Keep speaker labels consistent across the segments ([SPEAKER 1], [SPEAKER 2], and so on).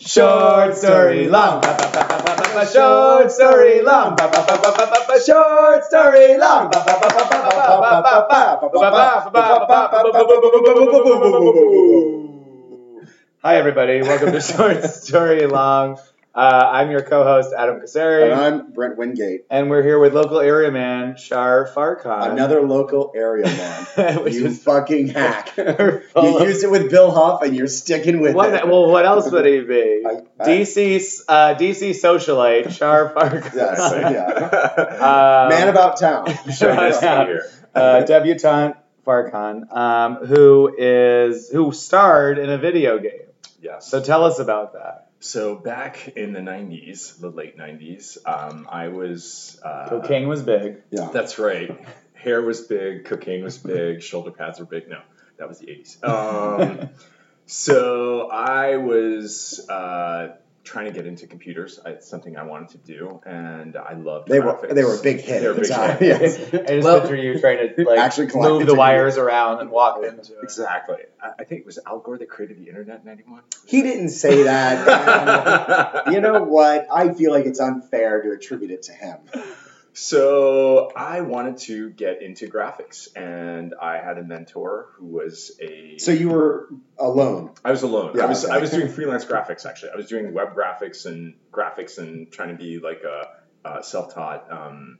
[SPEAKER 1] Short story long. Ba, ba, ba, ba, ba, ba, ba. Short story long. Ba, ba, ba, ba, ba, ba, ba. Short story long. Ba, ba, ba, ba, ba, ba, ba, ba, ba, ba, ba, ba, ba. Hi everybody, welcome to Short Story Long. Uh, I'm your co-host Adam
[SPEAKER 2] And
[SPEAKER 1] Kasari,
[SPEAKER 2] I'm Brent Wingate,
[SPEAKER 1] and we're here with local area man Shar Farkhan.
[SPEAKER 2] another local area man.
[SPEAKER 1] which
[SPEAKER 2] you
[SPEAKER 1] is
[SPEAKER 2] fucking hack.
[SPEAKER 1] full
[SPEAKER 2] you
[SPEAKER 1] of-
[SPEAKER 2] used it with Bill Huff and you're sticking with
[SPEAKER 1] What,
[SPEAKER 2] it.
[SPEAKER 1] well, what else would he be?
[SPEAKER 2] I- I-
[SPEAKER 1] DC, uh, DC socialite Shar Farkhan.
[SPEAKER 2] Yes, yeah.
[SPEAKER 1] Um,
[SPEAKER 2] Man about town.
[SPEAKER 1] Sure. uh, debutante Farkhan, um, who is who starred in a video game.
[SPEAKER 3] Yes.
[SPEAKER 1] So tell us about that.
[SPEAKER 3] so back in the 90s, the late 90s, um, I was. Uh,
[SPEAKER 1] Cocaine was big.
[SPEAKER 2] Yeah.
[SPEAKER 3] That's right. Hair was big, cocaine was big, shoulder pads were big. No, that was the 80s. Um, so I was uh, trying to get into computers. I- It's something I wanted to do, and I loved
[SPEAKER 2] They were
[SPEAKER 3] graphics.
[SPEAKER 2] they were a big hit
[SPEAKER 3] They were
[SPEAKER 2] at the
[SPEAKER 3] big
[SPEAKER 2] time.
[SPEAKER 3] hit.
[SPEAKER 1] I
[SPEAKER 2] Yes.
[SPEAKER 1] just picture you trying to like
[SPEAKER 2] Actually, climb
[SPEAKER 1] move
[SPEAKER 2] into
[SPEAKER 1] the wires around and walk into it.
[SPEAKER 3] Exactly. I, I think it was Al Gore that created the internet in 91.
[SPEAKER 2] He didn't say that. and you know what? I feel like it's unfair to attribute it to him.
[SPEAKER 3] So I wanted to get into graphics, and I had a mentor who was a.
[SPEAKER 2] So you were alone.
[SPEAKER 3] I was alone.
[SPEAKER 2] Yeah,
[SPEAKER 3] I was
[SPEAKER 2] okay.
[SPEAKER 3] I was doing freelance graphics actually. I was doing web graphics and graphics and trying to be like a, uh self-taught um,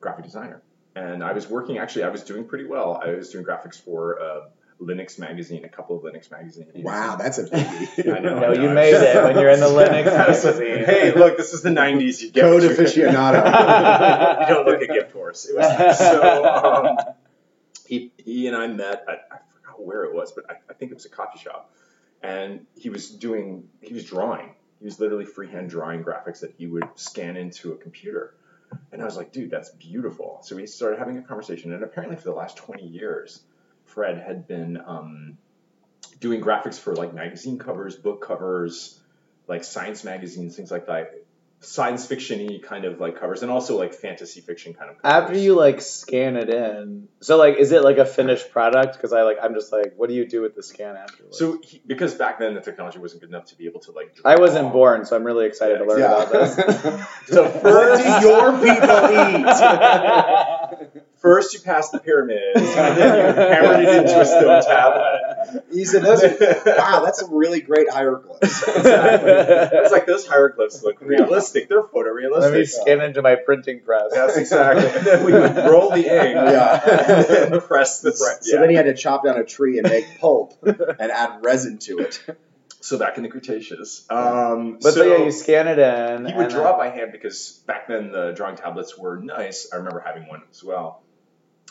[SPEAKER 3] graphic designer. And I was working actually. I was doing pretty well. I was doing graphics for uh, Linux magazine, a couple of Linux magazines.
[SPEAKER 2] Wow, that's a biggie.
[SPEAKER 3] I know.
[SPEAKER 1] No,
[SPEAKER 3] I
[SPEAKER 1] you
[SPEAKER 3] know.
[SPEAKER 1] made it when you're in the Linux magazine.
[SPEAKER 3] hey, look, this is the '90s. You get
[SPEAKER 2] Code
[SPEAKER 3] what you-
[SPEAKER 2] aficionado.
[SPEAKER 3] you don't look a gift horse. It was nice. so. Um, he he and I met. I, I forgot where it was, but I, I think it was a coffee shop. And he was doing. He was drawing. He was literally freehand drawing graphics that he would scan into a computer. And I was like, dude, that's beautiful. So we started having a conversation. And apparently, for the last twenty years, Fred had been um, doing graphics for like magazine covers, book covers, like science magazines, things like that. Science fiction-y kind of like covers, and also like fantasy fiction kind of. Covers.
[SPEAKER 1] After you like scan it in, so like, is it like a finished product? Because I like, I'm just like, what do you do with the scan afterwards?
[SPEAKER 3] So, he, because back then the technology wasn't good enough to be able to like.
[SPEAKER 1] I wasn't
[SPEAKER 3] draw.
[SPEAKER 1] born, so I'm really excited to learn about this.
[SPEAKER 2] yeah.
[SPEAKER 3] So
[SPEAKER 2] What
[SPEAKER 3] first,
[SPEAKER 2] do your people eat?
[SPEAKER 3] first you pass the pyramids, and then you hammered it into a stone tablet.
[SPEAKER 2] He said, "Those are- wow, that's some really great hieroglyphs.
[SPEAKER 3] Exactly. It's like those hieroglyphs look realistic; they're
[SPEAKER 1] Let me
[SPEAKER 3] photorealistic.
[SPEAKER 1] scan into my printing press.
[SPEAKER 3] Yes, exactly. And then we would roll the egg,
[SPEAKER 2] Yeah.
[SPEAKER 3] and then press the. Press,
[SPEAKER 2] So then he had to chop down a tree and make pulp and add resin to it.
[SPEAKER 3] so back in the Cretaceous. Um,
[SPEAKER 1] But so,
[SPEAKER 3] so
[SPEAKER 1] yeah, you scan it in.
[SPEAKER 3] He
[SPEAKER 1] and
[SPEAKER 3] would draw by hand because back then the drawing tablets were nice. I remember having one as well,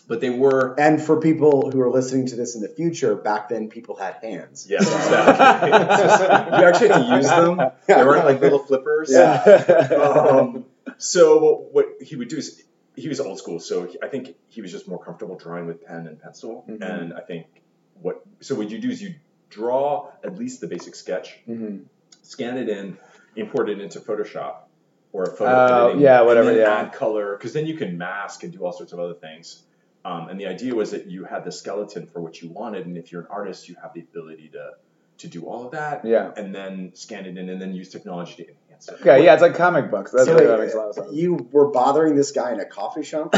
[SPEAKER 3] but they were
[SPEAKER 2] And for people who are listening to this in the future, back then people had hands.
[SPEAKER 3] Yes, exactly. It's just- you actually had to use them. They weren't like little flippers.
[SPEAKER 2] Yeah.
[SPEAKER 3] Um, so what, what he would do is he was old school, so he, I think he was just more comfortable drawing with pen and pencil.
[SPEAKER 1] Mm-hmm.
[SPEAKER 2] Mhm.
[SPEAKER 3] And I think what so what you do is you draw at least the basic sketch,
[SPEAKER 2] Mhm.
[SPEAKER 3] scan it in, import it into Photoshop or a photo
[SPEAKER 1] Oh,
[SPEAKER 3] editing,
[SPEAKER 1] yeah, whatever,
[SPEAKER 3] and then
[SPEAKER 1] yeah.
[SPEAKER 3] add color because then you can mask and do all sorts of other things. Um, and the idea was that you had the skeleton for what you wanted, and if you're an artist, you have the ability to to do all of that
[SPEAKER 1] yeah.
[SPEAKER 3] and then scan it in and then use technology to enhance it.
[SPEAKER 1] Okay, yeah, it's like comic books. That's,
[SPEAKER 2] So
[SPEAKER 1] like,
[SPEAKER 2] wait,
[SPEAKER 1] that makes a lot of sense.
[SPEAKER 2] You were bothering this guy in a coffee shop?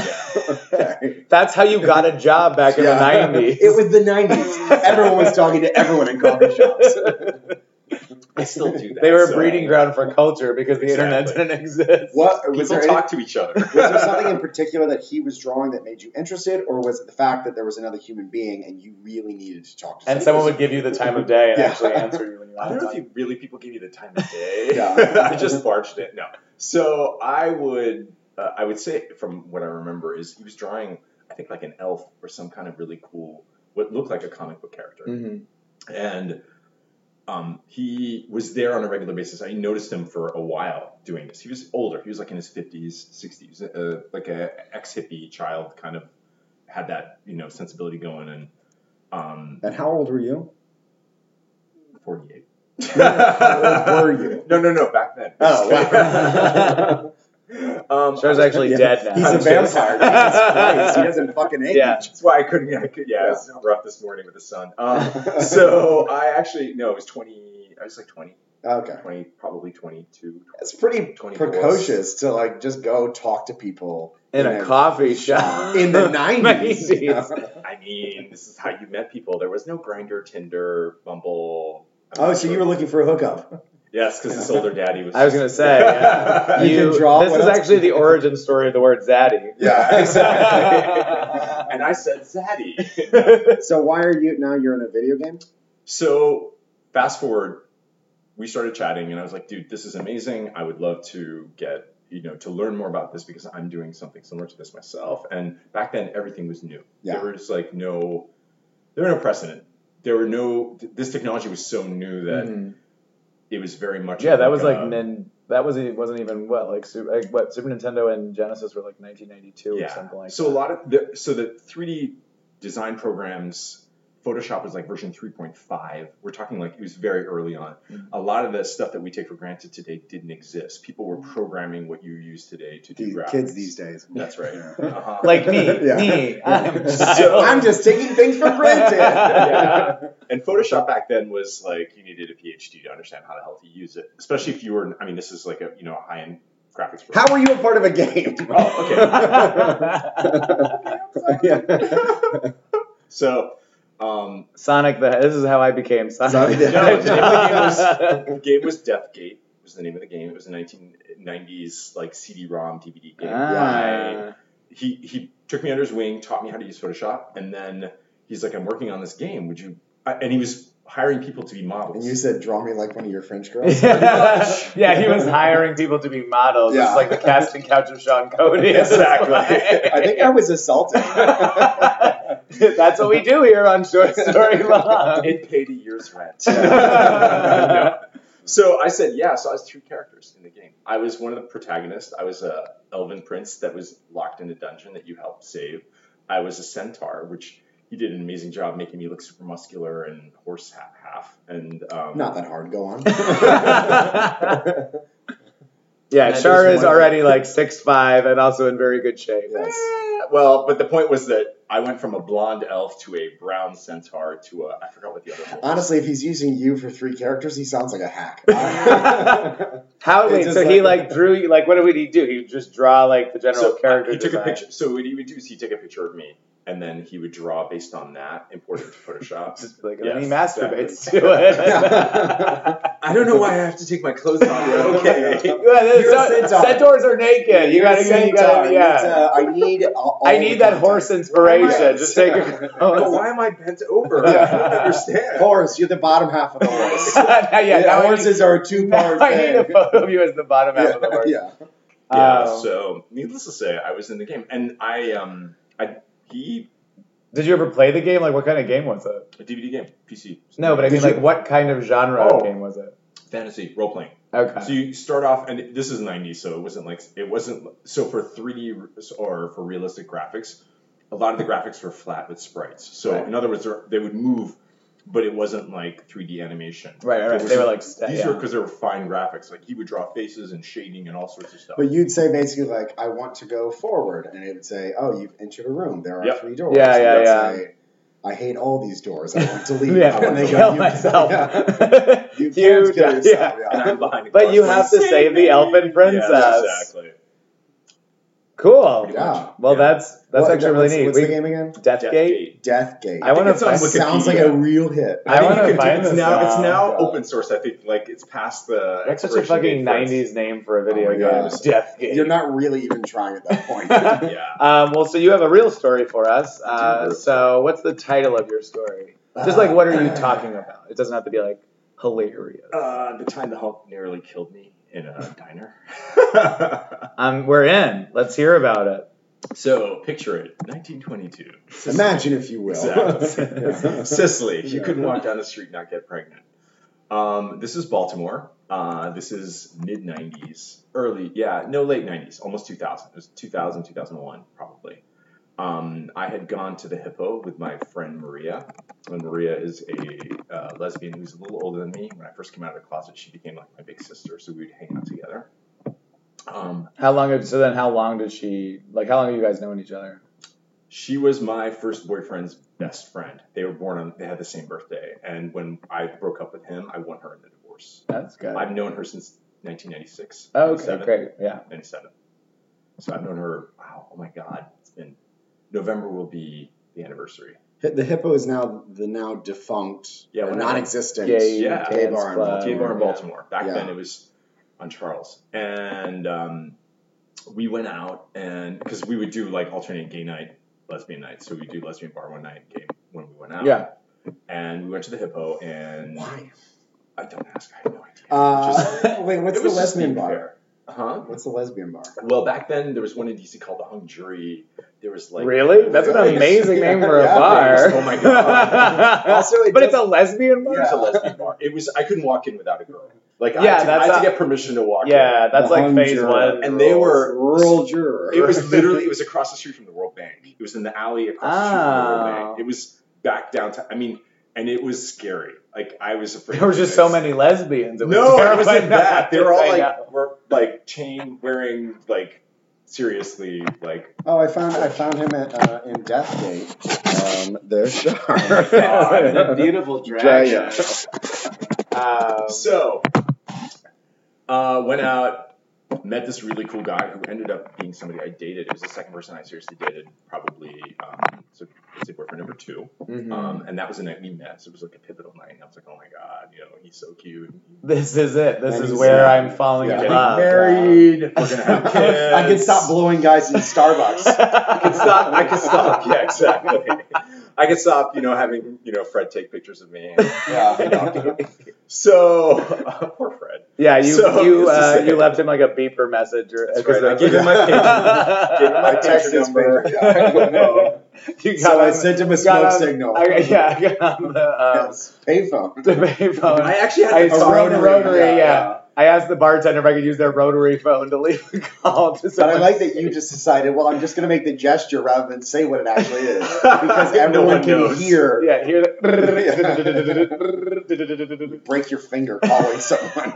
[SPEAKER 2] okay.
[SPEAKER 1] That's how you got a job back in
[SPEAKER 2] Yeah.
[SPEAKER 1] the 90s.
[SPEAKER 2] It was the 90s. Everyone was talking to everyone in coffee shops.
[SPEAKER 3] I still do that.
[SPEAKER 1] They were a
[SPEAKER 3] so-
[SPEAKER 1] breeding ground for culture because the internet
[SPEAKER 3] Exactly.
[SPEAKER 1] didn't exist.
[SPEAKER 2] What
[SPEAKER 3] People
[SPEAKER 2] was there, any-
[SPEAKER 3] talk to each other.
[SPEAKER 2] was there something in particular that he was drawing that made you interested, or was it the fact that there was another human being and you really needed to talk to
[SPEAKER 1] And someone would give you the time of day and
[SPEAKER 2] Yeah.
[SPEAKER 1] actually answer you when you
[SPEAKER 3] I
[SPEAKER 1] wanted
[SPEAKER 3] don't know if
[SPEAKER 1] to.
[SPEAKER 3] you really people give you the time of day.
[SPEAKER 2] Yeah.
[SPEAKER 3] I just barged it. No. So I would, uh, I would say from what I remember is he was drawing, I think like an elf or some kind of really cool, what looked like a comic book character.
[SPEAKER 1] Mhm.
[SPEAKER 3] and um, he was there on a regular basis. I noticed him for a while doing this. He was older. He was like in his fifties, sixties, uh, like a ex hippie child, kind of had that you know sensibility going. And um,
[SPEAKER 2] And how old were you?
[SPEAKER 3] forty eight.
[SPEAKER 2] How old were you?
[SPEAKER 3] No, no, no. Back then.
[SPEAKER 2] Oh,
[SPEAKER 1] Oh, wow.
[SPEAKER 3] um,
[SPEAKER 1] Shar's actually
[SPEAKER 2] Yeah.
[SPEAKER 1] dead now.
[SPEAKER 2] Oh, He's a
[SPEAKER 3] I'm
[SPEAKER 2] vampire.
[SPEAKER 1] kidding.
[SPEAKER 2] Jesus Christ. He doesn't fucking age.
[SPEAKER 1] Yeah.
[SPEAKER 3] That's why I couldn't. I could, yeah, it's rough this morning with the sun. Um, so I actually no, it was twenty. I was like twenty.
[SPEAKER 2] Okay.
[SPEAKER 3] twenty, probably twenty-two.
[SPEAKER 2] It's pretty
[SPEAKER 3] 24.
[SPEAKER 2] precocious to like just go talk to people
[SPEAKER 1] in a coffee shop
[SPEAKER 2] in the nineties.
[SPEAKER 3] I mean, this is how you met people. There was no grinder, Tinder, Bumble. I'm
[SPEAKER 2] oh,
[SPEAKER 3] not
[SPEAKER 2] so
[SPEAKER 3] sure.
[SPEAKER 2] you were looking for a hookup?
[SPEAKER 3] Yes, because his older daddy was.
[SPEAKER 1] I was gonna say, yeah.
[SPEAKER 2] You can draw
[SPEAKER 1] This
[SPEAKER 2] what
[SPEAKER 1] is
[SPEAKER 2] else-
[SPEAKER 1] actually the origin story of the word zaddy.
[SPEAKER 2] Yeah,
[SPEAKER 3] exactly. and I said Zaddy.
[SPEAKER 2] So why are you now? You're in a video game.
[SPEAKER 3] So fast forward, we started chatting, and I was like, "Dude, this is amazing. I would love to get you know to learn more about this because I'm doing something similar to this myself." And back then, everything was new.
[SPEAKER 2] Yeah.
[SPEAKER 3] There was like no, there were no precedent. There were no. th- This technology was so new that it was very much.
[SPEAKER 1] Mm-hmm. Yeah, that was like
[SPEAKER 3] a-
[SPEAKER 1] nin, that wasn't wasn't even what like, Super, like what Super Nintendo and Genesis were like 1992 or something like
[SPEAKER 3] so
[SPEAKER 1] that.
[SPEAKER 3] a lot of the, so the 3D design programs, Photoshop was like version 3.5. We're talking like it was very early on.
[SPEAKER 1] Mhm.
[SPEAKER 3] A lot of the stuff that we take for granted today didn't exist. People were
[SPEAKER 1] Mm-hmm.
[SPEAKER 3] programming what you use today to do
[SPEAKER 2] The
[SPEAKER 3] graphics.
[SPEAKER 2] kids these days.
[SPEAKER 3] That's right.
[SPEAKER 2] Yeah.
[SPEAKER 3] Uh-huh.
[SPEAKER 1] like me,
[SPEAKER 2] Yeah.
[SPEAKER 1] me, I'm, a
[SPEAKER 3] So-
[SPEAKER 2] I'm just taking things for granted.
[SPEAKER 1] Yeah.
[SPEAKER 3] and Photoshop back then was like you needed a PhD to understand how the hell to use it, especially if you were. I mean, this is like a you know a high end graphics.
[SPEAKER 2] How
[SPEAKER 3] program.
[SPEAKER 2] are you a part of a game?
[SPEAKER 3] Oh,
[SPEAKER 1] child.
[SPEAKER 3] so? Um,
[SPEAKER 1] Sonic the this is how I became Sonic.
[SPEAKER 2] Sonic the
[SPEAKER 3] Hedgehog.
[SPEAKER 1] Hedgehog.
[SPEAKER 3] The game was Deathgate. Was the name of the game. It was a 1990s like CD-ROM DVD game.
[SPEAKER 1] Ah.
[SPEAKER 3] He he took me under his wing, taught me how to use Photoshop, and then he's like, "I'm working on this game. Would you?" I, and he was hiring people to be
[SPEAKER 2] And
[SPEAKER 3] models.
[SPEAKER 2] you said, draw me like one of your French girls.
[SPEAKER 1] yeah, he was hiring people to be models. It's
[SPEAKER 2] Yeah.
[SPEAKER 1] like the casting couch of Sean Cody.
[SPEAKER 3] Exactly.
[SPEAKER 2] I think I was assaulted.
[SPEAKER 1] That's what we do here on Short Story Long.
[SPEAKER 3] it paid a year's rent.
[SPEAKER 2] Yeah.
[SPEAKER 3] No. So I said, yeah. So I was three characters in the game. I was one of the protagonists. I was a elven prince that was locked in a dungeon that you helped save. I was a centaur, which he did an amazing job making me look super muscular and horse ha- half. And um,
[SPEAKER 2] Not that hard. Go on.
[SPEAKER 1] yeah,
[SPEAKER 3] And
[SPEAKER 1] Char
[SPEAKER 3] there's
[SPEAKER 1] is
[SPEAKER 3] one-
[SPEAKER 1] already like six five and also in very good shape.
[SPEAKER 2] Yes.
[SPEAKER 3] Eh, well, but the point was that I went from a blonde elf to a brown centaur to a I forgot what the other one. was.
[SPEAKER 2] Honestly, if he's using you for three characters, he sounds like a hack.
[SPEAKER 1] How
[SPEAKER 2] It's
[SPEAKER 1] wait,
[SPEAKER 2] just
[SPEAKER 1] so he
[SPEAKER 2] like-
[SPEAKER 1] like drew you like what did he do? He would just draw like the general
[SPEAKER 3] so uh,
[SPEAKER 1] character.
[SPEAKER 3] he took
[SPEAKER 1] design.
[SPEAKER 3] a picture. So what he would do is he'd take a picture of me, and then he would draw based on that, import it to Photoshop.
[SPEAKER 1] Just like, and then he
[SPEAKER 3] Yes,
[SPEAKER 1] masturbates
[SPEAKER 3] exactly.
[SPEAKER 1] to it.
[SPEAKER 3] I don't know why I have to take my clothes off. but Okay.
[SPEAKER 1] Yeah, there's
[SPEAKER 2] You're a
[SPEAKER 1] no-
[SPEAKER 2] centaur.
[SPEAKER 1] Centaurs are naked. You gotta, you gotta, yeah.
[SPEAKER 2] I need. All, all
[SPEAKER 1] I
[SPEAKER 2] the
[SPEAKER 1] need that
[SPEAKER 2] context.
[SPEAKER 1] horse inspiration.
[SPEAKER 3] Why am I-
[SPEAKER 1] Just take a
[SPEAKER 3] but why am I bent over?
[SPEAKER 2] Yeah.
[SPEAKER 3] I don't understand.
[SPEAKER 2] Horse, you're the bottom half of the horse.
[SPEAKER 1] yeah, yeah, now I need,
[SPEAKER 2] horses are a two
[SPEAKER 1] now
[SPEAKER 2] part
[SPEAKER 1] I need
[SPEAKER 2] thing.
[SPEAKER 1] a photo of you as the bottom half of the
[SPEAKER 2] Yeah,
[SPEAKER 1] horse.
[SPEAKER 2] yeah.
[SPEAKER 3] Yeah.
[SPEAKER 1] Um,
[SPEAKER 3] So, needless to say, I was in the game, and I um I he
[SPEAKER 1] Did you ever play the game? Like, what kind of game was it?
[SPEAKER 3] a DVD game PC.
[SPEAKER 1] No, but I
[SPEAKER 2] Did
[SPEAKER 1] mean,
[SPEAKER 2] you-
[SPEAKER 1] like, what kind of genre
[SPEAKER 3] Oh.
[SPEAKER 1] of game was it?
[SPEAKER 3] fantasy role playing.
[SPEAKER 1] Okay.
[SPEAKER 3] So you start off, and this is '90s, so it wasn't like it wasn't so for 3D or for realistic graphics. A lot of the graphics were flat with sprites. So
[SPEAKER 1] Right.
[SPEAKER 3] in other words, they're- they would move, but it wasn't like 3D animation.
[SPEAKER 1] right, right,
[SPEAKER 3] There
[SPEAKER 1] right.
[SPEAKER 3] was
[SPEAKER 1] They were
[SPEAKER 3] some-
[SPEAKER 1] like, st-
[SPEAKER 3] These
[SPEAKER 1] yeah.
[SPEAKER 3] were because they were fine graphics. Like he would draw faces and shading and all sorts of stuff.
[SPEAKER 2] But you'd say basically like, I want to go forward, and it would say, Oh, you've entered a room. There are
[SPEAKER 3] Yep.
[SPEAKER 2] three doors.
[SPEAKER 1] Yeah,
[SPEAKER 2] And
[SPEAKER 1] yeah,
[SPEAKER 2] you'd
[SPEAKER 1] yeah.
[SPEAKER 2] say, I hate all these doors. I want to leave.
[SPEAKER 1] yeah,
[SPEAKER 2] I
[SPEAKER 1] I'm
[SPEAKER 2] want
[SPEAKER 1] gonna
[SPEAKER 2] to
[SPEAKER 1] kill
[SPEAKER 2] You-
[SPEAKER 1] myself.
[SPEAKER 2] Yeah. You
[SPEAKER 1] You
[SPEAKER 2] can't kill
[SPEAKER 1] die-
[SPEAKER 2] yourself. Yeah.
[SPEAKER 3] and I'm behind. a
[SPEAKER 1] But
[SPEAKER 3] glass
[SPEAKER 1] you
[SPEAKER 3] going,
[SPEAKER 1] have to
[SPEAKER 3] "Save
[SPEAKER 1] save the
[SPEAKER 3] me!"
[SPEAKER 1] elven
[SPEAKER 3] Yes,
[SPEAKER 1] princess.
[SPEAKER 3] exactly.
[SPEAKER 1] Cool.
[SPEAKER 3] Yeah.
[SPEAKER 2] Wow.
[SPEAKER 1] Well,
[SPEAKER 3] Yeah.
[SPEAKER 1] that's that's
[SPEAKER 2] What-
[SPEAKER 1] actually
[SPEAKER 2] what's,
[SPEAKER 1] really neat.
[SPEAKER 2] What's
[SPEAKER 1] we,
[SPEAKER 2] the game again?
[SPEAKER 3] Death
[SPEAKER 1] Deathgate.
[SPEAKER 3] Gate.
[SPEAKER 2] Deathgate.
[SPEAKER 1] I wanna
[SPEAKER 3] think it's on
[SPEAKER 1] find-
[SPEAKER 3] Wikipedia.
[SPEAKER 2] Sounds like a real hit.
[SPEAKER 1] I
[SPEAKER 3] I, think
[SPEAKER 1] wanna
[SPEAKER 3] you can
[SPEAKER 1] find
[SPEAKER 3] do, it's
[SPEAKER 1] this
[SPEAKER 3] now. It's
[SPEAKER 1] now.
[SPEAKER 3] now
[SPEAKER 2] Yeah.
[SPEAKER 3] open source. I think like it's past the.
[SPEAKER 1] That's such a fucking
[SPEAKER 3] expiration date for us.
[SPEAKER 1] '90s name for a video
[SPEAKER 2] Oh my
[SPEAKER 1] game.
[SPEAKER 2] gosh.
[SPEAKER 1] Death game.
[SPEAKER 2] You're not really even trying at that point.
[SPEAKER 3] Yeah.
[SPEAKER 1] um, well, so you have a real story for us. Uh,
[SPEAKER 3] do.
[SPEAKER 1] so, what's the title of your story? Just like, what are you talking about? It doesn't have to be like hilarious.
[SPEAKER 3] Uh, the time the Hulk nearly killed me in a diner.
[SPEAKER 1] Um, we're in. Let's hear about it.
[SPEAKER 3] so picture it, 1922. Sicily.
[SPEAKER 2] Imagine if you will.
[SPEAKER 3] Exactly. Sicily. You
[SPEAKER 2] Yeah.
[SPEAKER 3] couldn't walk down the street and not get pregnant. Um, this is Baltimore. Uh, this is mid 90s, early, yeah, no, late 90s, almost 2000. It was 2000, 2001, probably. Um, I had gone to the Hippo with my friend Maria. And Maria is a uh, lesbian who's a little older than me. When I first came out of the closet, she became like my big sister, so we would hang out together. Um,
[SPEAKER 1] How long? Have, so then, how long did she? Like, how long have you guys known each other?
[SPEAKER 3] She was my first boyfriend's best friend. They were born on, they had the same birthday. And when I broke up with him, I won her in the divorce. course.
[SPEAKER 1] That's good.
[SPEAKER 3] I've known her since 1996.
[SPEAKER 1] Oh, Okay,
[SPEAKER 3] 97,
[SPEAKER 1] great. Yeah.
[SPEAKER 3] 97. So I've known her. Wow. Oh my God. It's been November will be the anniversary.
[SPEAKER 2] Hi- The hippo is now the now defunct, uh,
[SPEAKER 3] Yeah,
[SPEAKER 2] or
[SPEAKER 3] whatever.
[SPEAKER 2] non-existt.
[SPEAKER 1] Gay
[SPEAKER 3] yeah,
[SPEAKER 1] dance
[SPEAKER 2] Gay bar in
[SPEAKER 1] club.
[SPEAKER 3] Gay bar in
[SPEAKER 1] Yeah.
[SPEAKER 3] Baltimore. Back
[SPEAKER 2] Yeah.
[SPEAKER 3] then it was on Charles. And um, we went out and because we would do like alternate gay night, lesbian night. So we do lesbian bar one night, gay when we went out.
[SPEAKER 1] Yeah.
[SPEAKER 3] And we went to the hippo and
[SPEAKER 2] Why?
[SPEAKER 3] I don't ask. I have no idea.
[SPEAKER 2] Uh, wait, what's
[SPEAKER 3] It
[SPEAKER 2] the
[SPEAKER 3] was just
[SPEAKER 2] lesbian
[SPEAKER 3] being
[SPEAKER 2] bar?
[SPEAKER 3] there. Huh?
[SPEAKER 2] What's the lesbian bar?
[SPEAKER 3] Well, back then there was one in DC called the Hung Jury. There was like
[SPEAKER 1] really? That's an
[SPEAKER 2] Really?
[SPEAKER 1] amazing name for a
[SPEAKER 2] Yeah.
[SPEAKER 1] bar.
[SPEAKER 3] Oh my God.
[SPEAKER 2] Also, it
[SPEAKER 1] but it's a
[SPEAKER 2] does-
[SPEAKER 1] lesbian bar.
[SPEAKER 3] It was a lesbian bar. It was I couldn't walk in without a girl. Like I,
[SPEAKER 1] Yeah,
[SPEAKER 3] had to, I
[SPEAKER 1] that's
[SPEAKER 3] had
[SPEAKER 1] a-
[SPEAKER 3] to get permission to walk.
[SPEAKER 1] Yeah, that's
[SPEAKER 2] The
[SPEAKER 1] like
[SPEAKER 2] hung
[SPEAKER 1] phase
[SPEAKER 2] juror.
[SPEAKER 1] one.
[SPEAKER 3] And they were-
[SPEAKER 2] rural juror.
[SPEAKER 3] In. It was literally it was across the street from the World Bank. It was in the alley across the street from the World
[SPEAKER 1] Ah.
[SPEAKER 3] Bank. It was back downtown. I mean, and it was scary. Like I was afraid.
[SPEAKER 1] There were
[SPEAKER 3] of
[SPEAKER 1] just
[SPEAKER 3] it.
[SPEAKER 1] so many lesbians. It was
[SPEAKER 3] No, it wasn't
[SPEAKER 1] terrifying.
[SPEAKER 3] that. They were all
[SPEAKER 1] I
[SPEAKER 3] like
[SPEAKER 1] know.
[SPEAKER 3] were like chain wearing like seriously like
[SPEAKER 2] Oh, I found I found him at uh, in Deathgate. Um, their
[SPEAKER 1] God,
[SPEAKER 3] Oh,
[SPEAKER 2] star.
[SPEAKER 1] the
[SPEAKER 2] beautiful
[SPEAKER 1] drag show. Um,
[SPEAKER 3] So, uh, went out, met this really cool guy who ended up being somebody I dated. It was the second person I seriously dated, probably. Um, so it's a boyfriend number two.
[SPEAKER 1] mhm.
[SPEAKER 3] Um, and that was the night we met. So it was like a pivotal night. And I was like, oh my God, you know, he's so cute.
[SPEAKER 1] this is it. This
[SPEAKER 2] And
[SPEAKER 1] is
[SPEAKER 2] he's,
[SPEAKER 1] where
[SPEAKER 2] uh,
[SPEAKER 1] I'm falling
[SPEAKER 2] yeah.
[SPEAKER 1] in
[SPEAKER 3] Getting
[SPEAKER 1] love.
[SPEAKER 3] married. We're going to have kids.
[SPEAKER 2] I could stop blowing guys in Starbucks.
[SPEAKER 3] I could stop. I could stop. Yeah, exactly. I could stop, you know, having, you know, Fred take pictures of me.
[SPEAKER 2] Yeah.
[SPEAKER 3] So, uh, poor Fred.
[SPEAKER 1] Yeah, you
[SPEAKER 3] So,
[SPEAKER 1] you
[SPEAKER 3] it's
[SPEAKER 1] uh,
[SPEAKER 3] just-
[SPEAKER 1] you left him like a beeper message or
[SPEAKER 3] That's
[SPEAKER 1] 'cause
[SPEAKER 3] right. I
[SPEAKER 1] that's-
[SPEAKER 3] gave him my
[SPEAKER 2] page.
[SPEAKER 3] Gave him my
[SPEAKER 2] I texted his
[SPEAKER 3] number.
[SPEAKER 2] pager, yeah.
[SPEAKER 1] you
[SPEAKER 2] So I
[SPEAKER 1] on-
[SPEAKER 2] sent him a
[SPEAKER 1] you got
[SPEAKER 2] smoke
[SPEAKER 1] on-
[SPEAKER 2] signal.
[SPEAKER 1] I, yeah, I got on the um,
[SPEAKER 2] Yes. Payphone.
[SPEAKER 1] the payphone.
[SPEAKER 3] I actually had
[SPEAKER 1] I
[SPEAKER 3] to
[SPEAKER 1] It's
[SPEAKER 2] A
[SPEAKER 3] talk-
[SPEAKER 1] rotary, yeah.
[SPEAKER 2] yeah.
[SPEAKER 1] I asked the bartender if I could use their rotary phone to leave a call. To
[SPEAKER 2] But I
[SPEAKER 1] someone.
[SPEAKER 2] like that you just decided. Well, I'm just going to make the gesture rather than say what it actually is, because
[SPEAKER 3] No
[SPEAKER 2] everyone
[SPEAKER 3] one
[SPEAKER 2] can
[SPEAKER 3] knows.
[SPEAKER 2] hear.
[SPEAKER 1] Yeah, hear
[SPEAKER 2] Yeah.
[SPEAKER 1] that.
[SPEAKER 2] Break your finger calling someone.